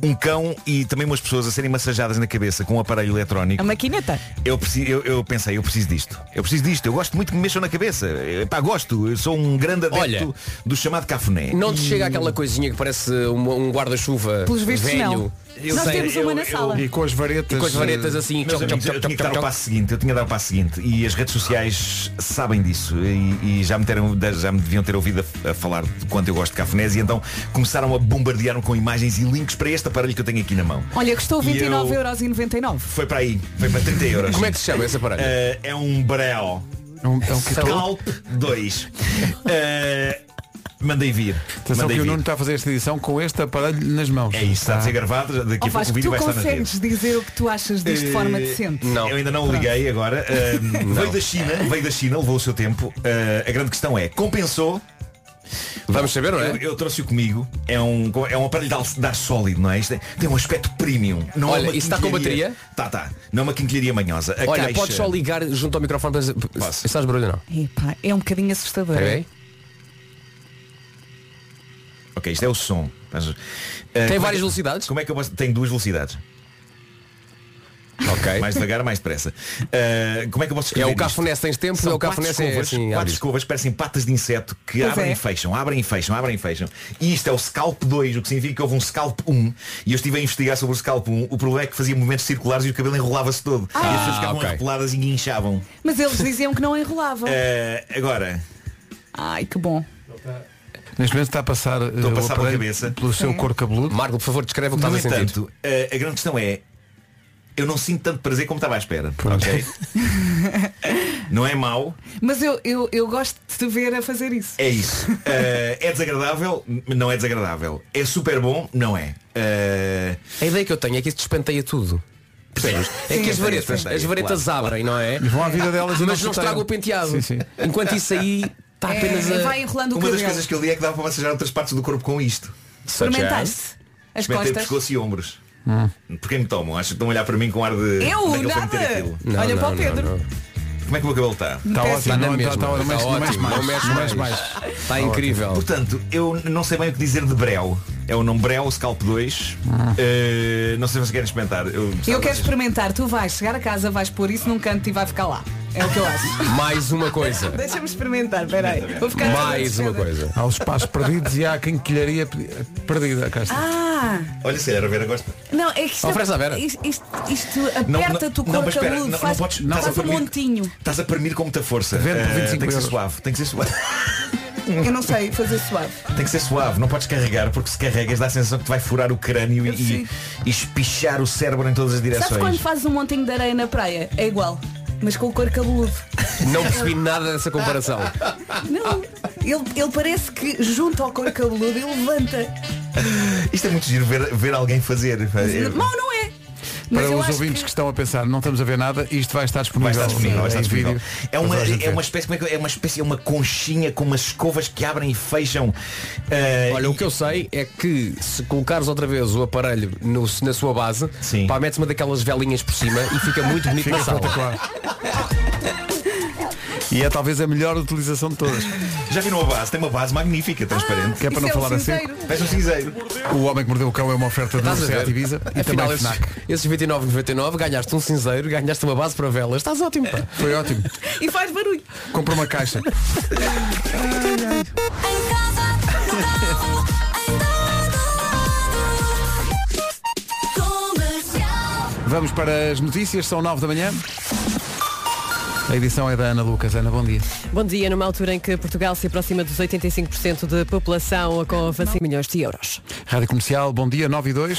um cão e também umas pessoas a serem massajadas na cabeça com um aparelho eletrónico.
A maquineta.
Eu, preci- eu- eu pensei, eu preciso disto. Eu preciso disto. Eu gosto muito que me mexam na cabeça. Eh, Pá, gosto. Eu sou um grande adepto
Olha,
do chamado cafuné.
Não te chega aquela coisinha que parece uma- um guarda-chuva
Pelos vistos,
velho.
não.
Eu
Nós
sei,
temos uma
eu-
na
eu-
sala.
E com as varetas.
E com as varetas
eh,
assim,
Meus
choc,
amigos,
choc,
eu
choc,
tinha que dar
choc,
o passo seguinte, eu tinha que dar o passo seguinte e as redes sociais sabem disso e, e já, me teram, já me deviam ter ouvido a, a falar de quanto eu gosto de cafunés e então começaram a bombardear-me com imagens e links para este aparelho que eu tenho aqui na mão.
Olha, custou
E eu-
29,99€.
Foi para aí, foi para 30 euros.
Como é que se chama esse aparelho?
Eh, é um brel.
é um
Scalp 2. Eh, mandei vir.
Atenção
mandei
que o
vir.
Nuno está a fazer esta edição com este aparelho nas mãos.
É isso, está a ser
Ah.
gravado, daqui
Oh,
a pouco o
Vasco,
vídeo
tu
vai estar na rede.
consegues dizer o que tu achas disto de forma
Eh,
decente?
Eu ainda não o liguei agora. Ahm, Veio da China, veio da China, levou o seu tempo. Ah, a grande questão é, compensou?
Vamos saber, não é?
Eu, eu trouxe-o comigo. É um, é um aparelho de al- de ar sólido, não é? Isto é- tem um aspecto premium. Não
Olha,
é uma
isso está com
quinquilharia-
bateria?
Tá, tá. Não é uma quinquilharia manhosa. A
Olha,
caixa-
podes só ligar junto ao microfone para dizer.
Posso.
Estás barulho não?
Epá, é um bocadinho assustador.
Ok?
Ok, isto é o som. Mas, ah, como é que-
várias velocidades?
Como é que eu posso... Tem duas velocidades. Ok.
Ok.
Mais devagar, mais depressa. Ah, como é que eu posso
É
escrever
o
isto?
cafuné-se tens tempo,
São
é o
quatro
cafuné-se é
escovas,
assim,
quatro
abre.
escovas que parecem patas de inseto que
Pois
abrem
é.
e fecham, abrem e fecham, abrem e fecham. E isto é o Scalp 2, o que significa que houve um Scalp 1. E eu estive a investigar sobre o Scalp 1. O problema é que fazia movimentos circulares e o cabelo enrolava-se todo.
Ah.
e as pessoas
Ah,
ficavam
ok.
enroladas e guinchavam.
Mas eles diziam que não enrolavam.
Ah, agora,
Ai, que bom.
Neste momento está a passar, eh,
Estou a
o
passar pela
aparelho
cabeça.
pelo seu
É.
corpo cabeludo.
Marco, por favor, descreve
no entanto, a, a grande questão é eu não sinto tanto prazer como estava à espera. ok? não é mau,
Mas eu, eu, eu gosto de te ver a fazer isso.
É isso. Uh, é desagradável? N- Não é desagradável. É super bom? Não é.
A ideia que eu tenho é que isto despenteia tudo. Percebes? É que as varetas, as varetas abrem, não é?
Vão à vida delas e
Mas
não
não estraga
chuteiram.
o penteado.
Sim, sim.
Enquanto isso aí tá. está
É,
apenas a...
vai enrolando o
Uma das
cabelo.
coisas que eu li é que dava para massagear outras partes do corpo com isto.
Experimentaste? As
Experimentei
costas?
pescoço e ombros. Porquê me tomam? Acho que estão a olhar para mim com ar de. é
Eu?
daquele para
Nada.
meter aquilo.
Não, Olha não, para o não, Pedro. um
Como é que o meu cabelo está?
Está ótimo,
assim, é
Está na não, mesma. está- está- não mexe- Está não mexe ótimo, mais. não mexe Não mais, mexe mais. mais.
Está
incrível.
Portanto, eu não sei bem o que dizer de Breu. É o nome Breu, Scalp 2. Eh, não sei se vocês querem experimentar. Eu,
Eu quero experimentar. Tu vais chegar a casa, vais pôr isso num canto e vai ficar lá. É o que eu acho.
Mais uma coisa.
Deixa-me experimentar, peraí. Vou ficar
Mais uma coisa.
Há os espaços perdidos e há quem quilharia perdida. Cá está.
Ah!
Olha, se calhar a Vera gosta.
Não, é que isto,
Oferece à Vera.
isto, isto, isto
Não,
aperta-te o
não, não,
corpo
mas espera, não-
cabeludo,
não
faz,
podes- não,
faz
só
um
para mim.
montinho.
Estás a permir com muita força.
Vende por
Eh,
25
tem que ser
euros.
suave. Tem que ser suave.
Eu não sei fazer suave.
Tem que ser suave, não podes carregar, porque se carregas dá a sensação que te vai furar o crânio e, e, e espichar o cérebro em todas as
Sabes quando
direções.
fazes um montinho de areia na praia? É igual, mas com o cor cabeludo.
Ah. Não percebi nada dessa comparação.
Não, ele, ele parece que junta ao cor cabeludo e levanta.
Isto é muito giro ver, ver alguém fazer. É-
Mal não é? Mas
Para
eu
os
acho
ouvintes que... estão a pensar, não estamos a ver nada, isto vai estar disponível.
Vai estar disponível, vai estar
em
disponível.
vídeo.
É uma,
Para toda a gente
é
ver.
uma espécie, como é que- é uma espécie, é uma conchinha com umas escovas que abrem e fecham. eh,
Olha, o que eu sei é que se colocares outra vez o aparelho no- na sua base, pá, metes uma daquelas velinhas por cima e fica muito bonito
Fica
na sala.
espetacular. E é talvez a melhor utilização de todas.
Já viram a base? Tem uma base magnífica, transparente.
Que é para não falar assim.
Parece um cinzeiro.
O Homem que Mordeu o Cão é uma oferta da
Estás a ver?
Seat Ibiza e também
Afinal, esses,
FNAC.
esses 29,99 ganhaste um cinzeiro, ganhaste uma base para velas. Estás ótimo, pá.
Foi ótimo.
que- E faz barulho.
Comprou uma caixa. Vamos para as notícias, são 9 da manhã. A edição é da Ana Lucas. Ana, bom dia.
Bom dia, numa altura em que Portugal se aproxima dos 85% da população com a vacina milhões de euros.
Rádio Comercial, bom dia, 9 e 2.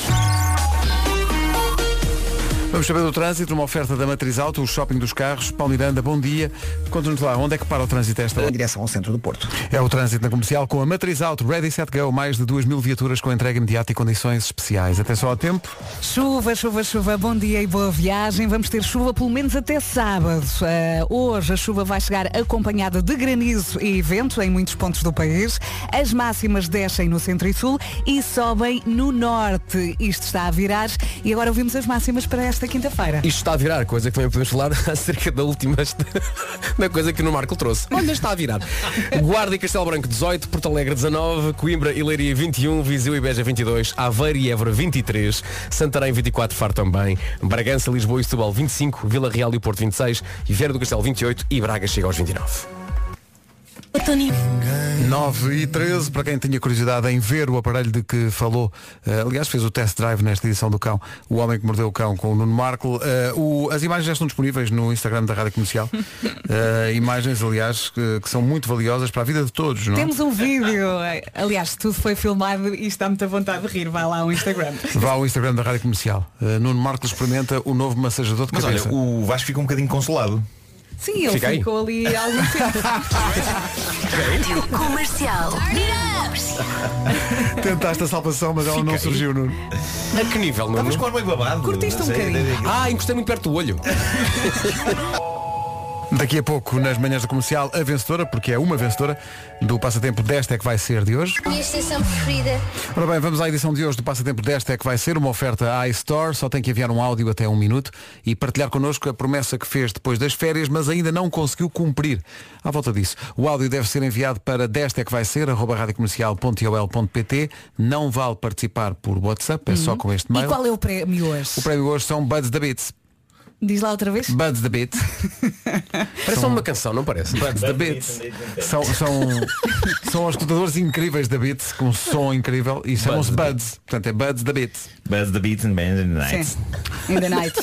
Vamos saber do trânsito, uma oferta da Matriz Auto, o shopping dos carros. Paulo Miranda, bom dia. Conta-nos lá, onde é que para o trânsito esta hora? Em
direção ao centro do Porto.
É o trânsito na comercial com a Matriz Auto Ready Set Go. Mais de 2 mil viaturas com entrega imediata e condições especiais. Até só ao tempo.
Chuva, chuva, chuva, bom dia e boa viagem. Vamos ter chuva pelo menos até sábado. Eh, hoje a chuva vai chegar acompanhada de granizo e vento em muitos pontos do país. As máximas descem no centro e sul e sobem no norte. Isto está a virar e agora ouvimos as máximas para esta quinta-feira.
Isto está a virar, coisa que também podemos falar acerca da última da coisa que o Marco trouxe. Onde está a virar? Guarda e Castelo Branco 18, Porto Alegre 19, Coimbra e Leiria 21, Viseu e Beja 22, Aveiro e Évora 23, Santarém 24, Faro também, Bragança, Lisboa e Setúbal 25, Vila Real e o Porto 26, e Vieira do Castelo 28 e Braga chega aos 29.
Tony. 9 e 13, para quem tinha curiosidade em ver o aparelho de que falou, eh, aliás fez o test drive nesta edição do cão, o homem que mordeu o cão com o Nuno Marco, eh, o- as imagens já estão disponíveis no Instagram da Rádio Comercial, Eh, imagens aliás que, que são muito valiosas para a vida de todos, não é?
Temos um vídeo, aliás, tudo foi filmado e está muita vontade de rir. Vai lá ao Instagram.
Vá ao Instagram da Rádio Comercial. Eh, Nuno Marco experimenta o novo massajador de
Mas olha,
cabeça.
o Vasco fica um bocadinho consolado.
Sim, ele
Fica aí.
ficou ali há algum tempo.
Comercial.
Tentaste a salvação, mas ela não surgiu, Nuno.
A que nível, Nuno?
Estavas com o ar
meio babado.
Curtiste um Não sei, bocadinho. deve-
Ah, encostei muito perto do olho.
Daqui a pouco, nas manhãs da comercial, a vencedora, porque é uma vencedora do passatempo desta é que vai ser de hoje.
Minha estação preferida.
Ora bem, vamos à edição de hoje do Passatempo desta é que vai ser uma oferta à iStore, só tem que enviar um áudio até um minuto e partilhar connosco a promessa que fez depois das férias, mas ainda não conseguiu cumprir. À volta disso, o áudio deve ser enviado para desta é que vai ser, arroba radiocomercial.iol.pt. Não vale
Uhum.
participar por WhatsApp, é só com este
E
mail.
qual é o prémio hoje?
O prémio hoje são Buds da Beats.
Diz lá outra vez.
Buds the Beat.
Parece só uma canção, não parece?
Buds the Beat. São, são, são os escutadores incríveis da Beat, com um som incrível, e chamam-se Buds. Portanto, é Buds the Beat.
Buds the Beat and Band in the Night.
Sim. In the night.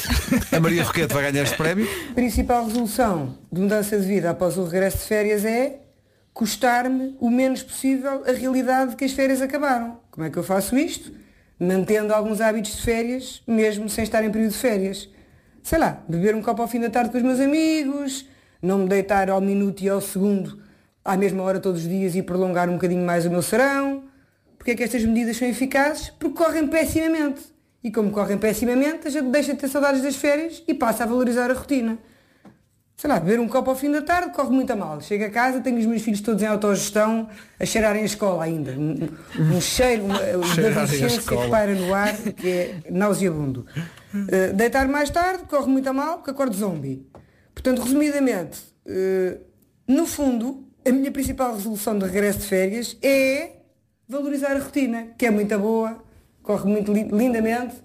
A Maria Roquete vai ganhar este prémio.
Principal resolução de mudança de vida após o regresso de férias é custar-me o menos possível a realidade de que as férias acabaram. Como é que eu faço isto? Mantendo alguns hábitos de férias, mesmo sem estar em período de férias sei lá, beber um copo ao fim da tarde com os meus amigos, não me deitar ao minuto e ao segundo à mesma hora todos os dias e prolongar um bocadinho mais o meu serão. Porque é que estas medidas são eficazes? Porque correm pessimamente. E como correm pessimamente, a gente deixa de ter saudades das férias e passa a valorizar a rotina. Sei lá, beber um copo ao fim da tarde corre muito a mal. Chego a casa, tenho os meus filhos todos em autogestão, a cheirarem a escola ainda. Um, um cheiro uma, da adolescência que para no ar, que é nauseabundo. Uh, deitar mais tarde corre muito a mal porque acordo zombie. Portanto, resumidamente, uh, no fundo, a minha principal resolução de regresso de férias é valorizar a rotina, que é muito boa, corre muito li- lindamente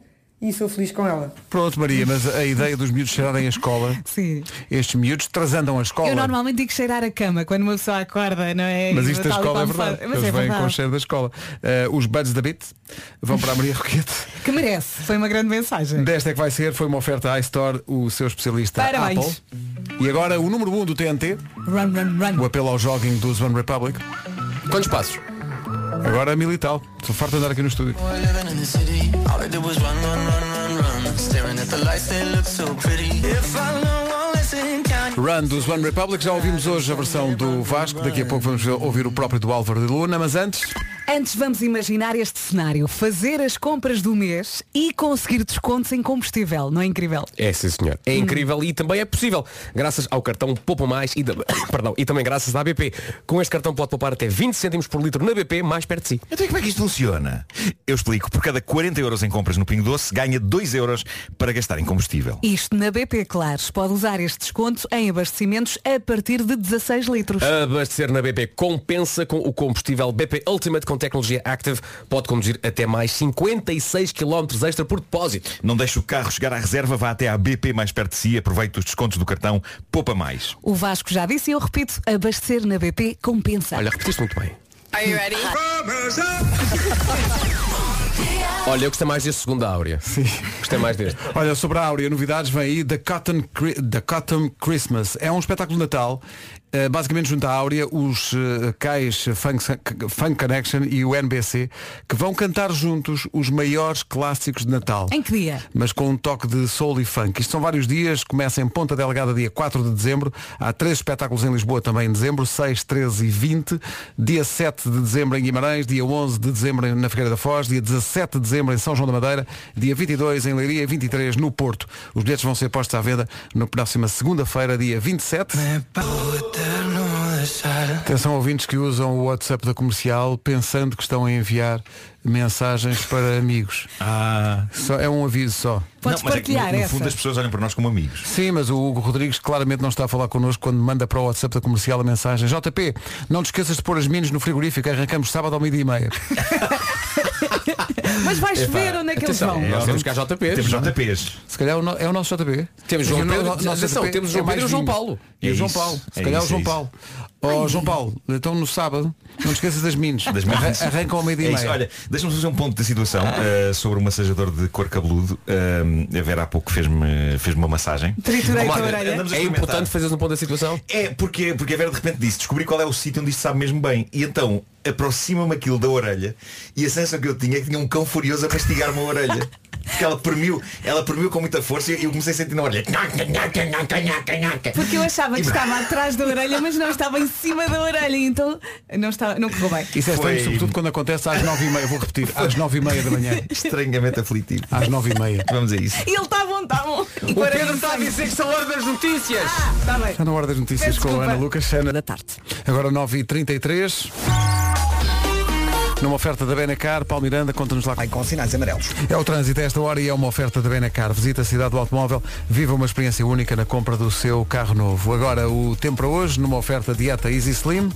e sou feliz com ela.
Pronto, Maria, mas a ideia dos miúdos cheirarem a escola,
Sim.
estes miúdos trasandam a escola.
Eu normalmente digo cheirar a cama quando uma pessoa acorda, não é?
é? Mas isto da
Tal e
escola é
qual faz.
verdade.
Mas
Eles vêm
é
com o
verdade.
cheiro da escola. Eh, os Buds da Bit vão para a Maria Roquete.
Que merece. Foi uma grande mensagem.
Desta é que vai ser, foi uma oferta à iStore, o seu especialista
Parabéns.
Apple. E agora o número 1 um do TNT,
Run, run, run.
o apelo ao jogging dos One Republic.
Quantos passos?
Agora a mil e tal. Estou farto de andar aqui no estúdio. Run dos One Republic, já ouvimos hoje a versão do Vasco, daqui a pouco vamos ouvir o próprio do Álvaro de Luna, mas antes.
Antes vamos imaginar este cenário. Fazer as compras do mês e conseguir descontos em combustível. Não é incrível?
É sim senhor. É incrível e também é possível. Graças ao cartão Poupa Mais e, da- perdão, e também graças à BP. Com este cartão pode poupar até 20 cêntimos por litro na BP, mais perto de si.
Então e como é que isto funciona? Eu explico. Por cada 40 euros em compras no Pingo Doce, ganha 2 euros para gastar em combustível.
Isto na BP Claros. Pode usar este desconto em abastecimentos a partir de 16
Ah.
litros.
Abastecer na BP compensa com o combustível BP Ultimate com tecnologia Active. Pode conduzir até mais 56 km extra por depósito.
Não deixe o carro chegar à reserva, vá até à BP mais perto de si, aproveite os descontos do cartão Poupa Mais.
O Vasco já disse e eu repito, abastecer na BP compensa.
Olha, repetiste muito bem.
Are you ready?
Olha, eu gostei mais deste segundo da Áurea. Sim. Gostei mais deste.
Olha, sobre a Áurea, novidades vem aí The Cotton, Cri- The Cotton Christmas. É um espetáculo de Natal. eh, basicamente junto à Áurea, os eh, Cais Funk, Funk Connection e o NBC, que vão cantar juntos os maiores clássicos de Natal.
Em que dia?
mas com um toque de soul e funk. Isto são vários dias, começa em Ponta Delgada dia 4 de dezembro, há três espetáculos em Lisboa também em dezembro, 6, 13 e 20, dia 7 de dezembro em Guimarães, dia 11 de dezembro na Figueira da Foz, dia 17 de dezembro em São João da Madeira, dia 22 em Leiria e 23 no Porto. Os bilhetes vão ser postos à venda na próxima segunda-feira, dia 27. Atenção ouvintes que usam o WhatsApp da comercial pensando que estão a enviar mensagens para amigos.
Ah.
Só, é um aviso só.
Não, mas é que, no, no fundo as pessoas olham para nós como amigos.
Sim, mas o Hugo Rodrigues claramente não está a falar connosco quando manda para o WhatsApp da comercial a mensagem JP, não te esqueças de pôr as minas no frigorífico, arrancamos sábado ao meio-dia e meia.
Mas vai
Epá,
chover onde é que eles
atenção,
vão?
é,
Nós temos cá JPs.
Temos JPs.
Se calhar o no- é o nosso É JP.
Temos João Pedro, atenção, temos
é
João Pedro e o João Paulo.
E
É
o João
isso,
Paulo. Se
é
calhar
isso,
o João
é
Paulo. Ó João Paulo, então no sábado, não te esqueças das minas.
Das minhas-
Arra- Arrancam ao meio-dia
É
e
isso.
meia. Ah.
Olha, deixa-me fazer um ponto da situação eh, sobre o massajador de cor cabeludo. Eh, a Vera há pouco fez-me fez uma massagem.
Triturei
Olá,
a orelha.
andamos a
É
experimentar.
importante fazeres um ponto da situação?
É, porque, porque a Vera de repente disse, descobri qual é o sítio onde isto sabe mesmo bem. E então aproxima-me aquilo da orelha e a sensação que eu tinha é que tinha um cão furioso a mastigar-me a orelha. Porque ela permiu, ela permiu com muita força e eu comecei a sentir na orelha.
Porque eu achava que estava atrás da orelha, mas não estava em cima da orelha, então não, estava, não correu bem.
Isso é estranho,
Foi-
sobretudo quando acontece às nove e meia. Vou repetir, às nove e meia da manhã.
Estranhamente aflitivo.
Às nove e meia.
Vamos a isso.
E ele está bom, está bom. E
O Pedro está a dizer que são horas das notícias.
Ah, Está bem.
Está na hora das notícias
Peço
com a
desculpa.
Ana Lucas. Ana. Da
tarde.
Agora 9h33. Numa oferta da Benacar, Paulo Miranda, conta-nos lá. Ai,
com sinais amarelos.
É o trânsito a esta hora e é uma oferta da Benacar. Visita a cidade do automóvel, viva uma experiência única na compra do seu carro novo. Agora o tempo para hoje, numa oferta Dieta Easy Slim.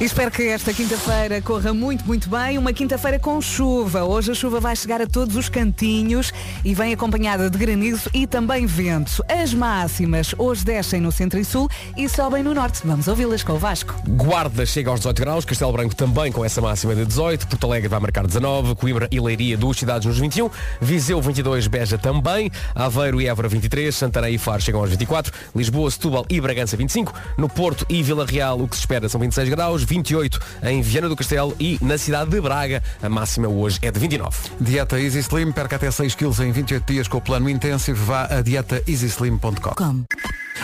E espero que esta quinta-feira corra muito, muito bem. Uma quinta-feira com chuva. Hoje a chuva vai chegar a todos os cantinhos e vem acompanhada de granizo e também vento. As máximas hoje descem no centro e sul e sobem no norte. Vamos ouvi-las com o Vasco.
Guarda chega aos 18 graus, Castelo Branco também com essa máxima de 18, Porto Alegre vai marcar 19, Coimbra e Leiria duas cidades nos 21, Viseu 22, Beja também, Aveiro e Évora 23, Santarém e Faro chegam aos 24, Lisboa, Setúbal e Bragança 25, no Porto e Vila Real o que se espera são 26 graus, 28 em Viana do Castelo e na cidade de Braga a máxima hoje é de 29.
Dieta Easy Slim, perca até 6 quilos em 28 dias com o plano intensivo, vá a dietaeasyslim.com.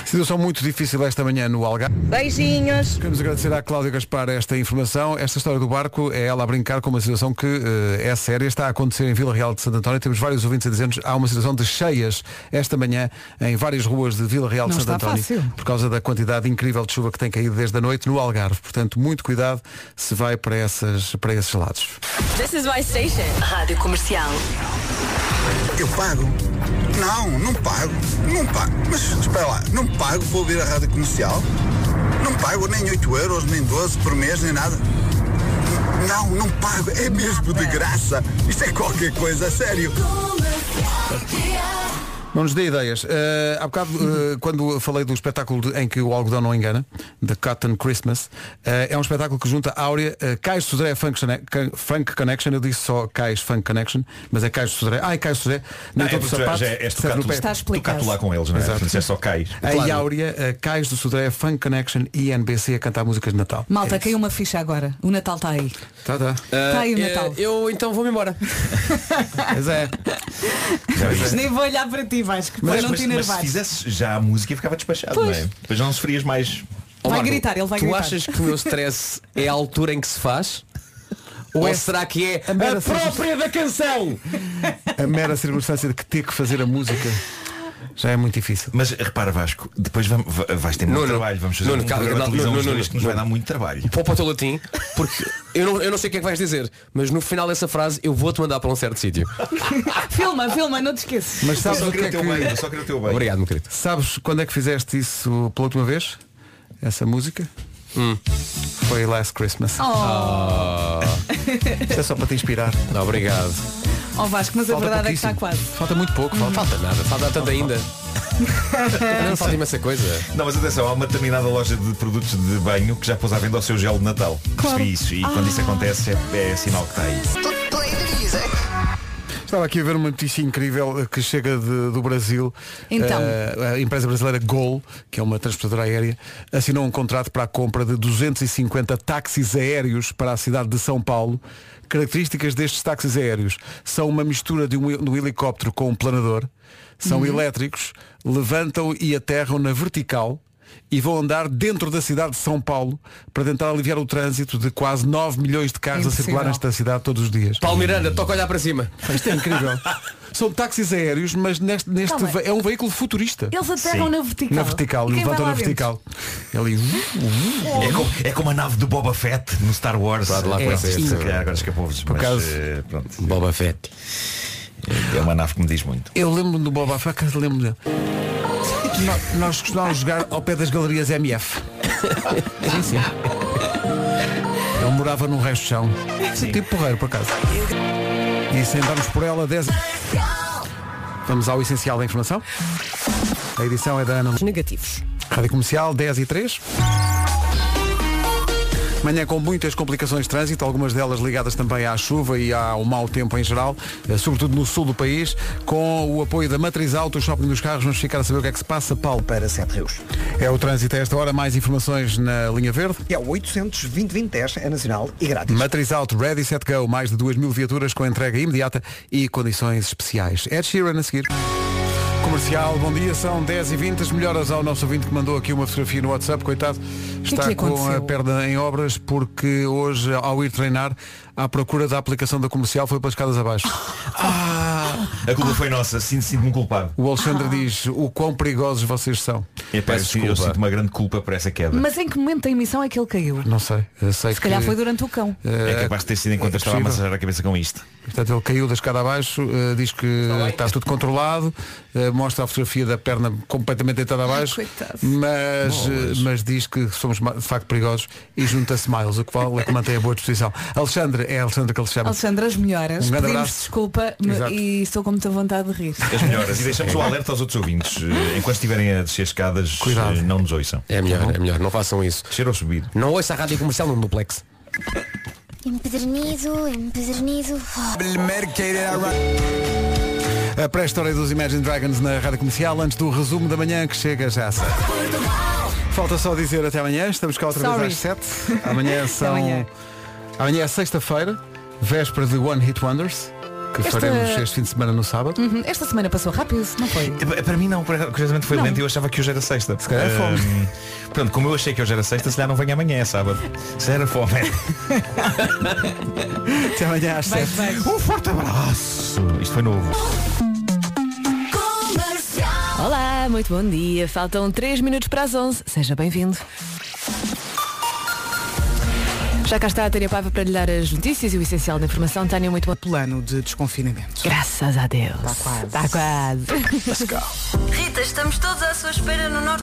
Situação muito difícil esta manhã no Algarve.
Beijinhos.
Queremos agradecer à Cláudia Gaspar esta informação. Esta história do barco é ela a brincar com uma situação que eh, é séria. Está a acontecer em Vila Real de Santo António. Temos vários ouvintes a dizer-nos há uma situação de cheias esta manhã em várias ruas de Vila Real de
Não
Santo
está
António.
fácil.
Por causa da quantidade incrível de chuva que tem caído desde a noite no Algarve. Portanto, muito cuidado se vai para, essas, para esses lados.
This is my station. Rádio Comercial.
Eu pago? Não, não pago. Não pago. Mas espera lá, não pago para ouvir a rádio comercial? Não pago nem 8 euros, nem 12 por mês, nem nada. N- Não, não pago. É mesmo de graça. Isto é qualquer coisa, a sério.
Não nos dê ideias. Eh, há bocado, eh, quando falei do espetáculo de- em que o algodão não engana, The Cotton Christmas, eh, é um espetáculo que junta Áurea, eh, Cais Sodré Funk, Chane- Can- Funk Connection, eu disse só Cais Funk Connection, mas é Cais Sodré. Ai, Cais Sodré,
Não,
no
é
topo do
porque tu
sapato,
já és
serve no
tocado,
pé.
tocado lá com eles, não é?
Exato.
Portanto, é só cais.
A Áurea, eh, Cais do Sodré, Funk Connection e NBC a cantar músicas de Natal. É
Malta, caiu uma ficha agora. O Natal está aí.
Tá, tá.
Está
Ah,
aí o Natal.
Eu então vou-me embora.
Pois é.
Nem vou olhar para ti, Vasco. Para
Mas,
não te
mas, mas se
enervar.
fizesse já a música ficava despachado,
Pois.
não é? Depois não sofrias mais.
Vai gritar, ele vai
tu
gritar.
achas que o meu stress é a altura em que se faz? Ou,
é-
será que é a,
mera
própria da canção?
Eh.
A mera circunstância de que ter que fazer a música já é muito difícil.
Mas repara Vasco, depois vam- va- vais ter muito
Nuno,
trabalho, vamos fazer
Nuno,
um
calma,
programa
calma,
de televisão
Nuno,
os
Nuno,
dois, que nos vai
Nuno.
dar muito trabalho.
Poupa o teu latim, porque eu não, eu não sei o que é que vais dizer, mas no final dessa frase eu vou-te mandar para um certo sítio.
filma, filma, não te esqueças.
Mas sabes o que é que...
quero o teu
bem.
Obrigado, meu querido.
Sabes quando é que fizeste isso pela última vez? Essa música? Foi Last Christmas.
Oh.
Isto é só para te inspirar.
Ah, Obrigado.
Ó Vasco, mas a
Falta
verdade é que está
pouquíssimo.
quase.
Falta muito pouco, falta.
Falta nada, falta tanto ainda. Não falta imensa coisa.
Não, mas atenção, há uma determinada loja de produtos de banho que já pôs à venda o seu gel de Natal.
Claro.
Percebi isso. E quando isso acontece é, é sinal que está aí.
Estava aqui a ver uma notícia incrível eh, que chega de- do Brasil.
Então.
Eh, a empresa brasileira Gol, que é uma transportadora aérea, assinou um contrato para a compra de 250 táxis aéreos para a cidade de São Paulo. Características destes táxis aéreos são uma mistura de um, hel- de um helicóptero com um planador, são
Uhum.
elétricos, levantam e aterram na vertical e vão andar dentro da cidade de São Paulo para tentar aliviar o trânsito de quase 9 milhões de carros a circular
Impossível.
nesta cidade todos os dias.
Paulo Miranda, toca olhar para cima.
Isto é incrível. São táxis aéreos, mas neste, neste
Tá bem.
ve- é um veículo futurista.
Eles aterram Sim. na vertical.
Na vertical,
E quem
levantam
vai
na
lá
vertical. uh, Ali.
É como, é como a nave do Boba Fett no Star Wars.
Vá de lá
É,
com
pronto,
essa,
se
essa.
calhar agora escapou-vos.
Por
mas,
acaso-
eh, pronto.
Boba Fett.
É uma nave que me diz muito.
Eu lembro-me do Boba Fett, eu lembro-me dele. Nós, nós costumávamos jogar ao pé das galerias MF. Sim, sim. Ele morava num resto de chão. Tipo porreiro, por acaso. E se andarmos por ela, 10. Vamos ao essencial da informação. A edição é da Ana.
Negativos.
Rádio Comercial, 10 e 3. Manhã com muitas complicações de trânsito, algumas delas ligadas também à chuva e ao mau tempo em geral, eh, sobretudo no sul do país. Com o apoio da Matriz Auto, o Shopping dos Carros, vamos ficar a saber o que é que se passa, Paulo.
Para Sete Rios.
É o trânsito a esta hora, mais informações na linha verde.
É o 800 é nacional e grátis.
Matriz Auto Ready Set Go, mais de 2 mil viaturas com entrega imediata e condições especiais. Ed Sheeran a seguir. Comercial, bom dia, são 10h20. As melhoras ao nosso ouvinte que mandou aqui uma fotografia no WhatsApp, coitado.
que
Está
lhe
com a
aconteceu?
perna em obras porque hoje, ao ir treinar, à procura da aplicação da comercial, foi pelas escadas abaixo.
A culpa foi nossa, sinto- sinto-me culpado.
O
Ah.
Alexandre diz o quão perigosos vocês são.
É, pá, eu sinto- eu sinto uma grande culpa por essa queda.
Mas em que momento da emissão é que ele caiu?
Não sei, eu sei
Se calhar foi durante o cão.
É capaz de ter sido enquanto eu estava a
possível.
massagear a cabeça com isto.
Portanto, ele caiu da escada abaixo, eh, diz que eh, está tudo controlado, eh, mostra a fotografia da perna completamente deitada abaixo, mas, eh, mas diz que somos ma- de facto perigosos e junta-se Miles, o que vale é que mantém a boa disposição. Alexandre, é Alexandre que ele se chama.
Alexandra, as melhoras.
Um grande
Pedimos
abraço.
desculpa m-
Exato.
e estou com muita vontade de rir.
As melhoras. É. E deixamos o alerta aos outros ouvintes. eh, Enquanto estiverem a descer escadas, eh, não nos ouçam.
É melhor, é melhor, não façam isso.
Descer ou subir.
Não ouça a rádio comercial num duplex.
Empedernido, empedernido.
A pré-história dos Imagine Dragons na rádio comercial, antes do resumo da manhã que chega já. Falta só dizer até amanhã, estamos cá outra
Sorry.
vez às 7. Amanhã
Até
são.
amanhã.
Amanhã, é sexta-feira, véspera de One Hit Wonders, que
Esta-
faremos este fim de semana no sábado.
Uhum, Esta semana passou rápido, não foi?
Eh, Para mim não, para- curiosamente foi
Não.
lento e eu achava que hoje era sexta. Se
calhar é fome.
Pronto, como eu achei que hoje era sexta, se calhar não venho amanhã, é sábado. Se era fome.
Até amanhã às 7.
Um forte abraço. Isto foi novo.
Olá, muito bom dia. Faltam 3 minutos para as 11. Seja bem-vindo. Já cá está a Tânia Paiva para lhe dar as notícias e o essencial da informação. Tânia, muito bom plano de desconfinamento. Graças a Deus. Está Tá quase. Está quase.
Rita, estamos todos à sua espera no norte.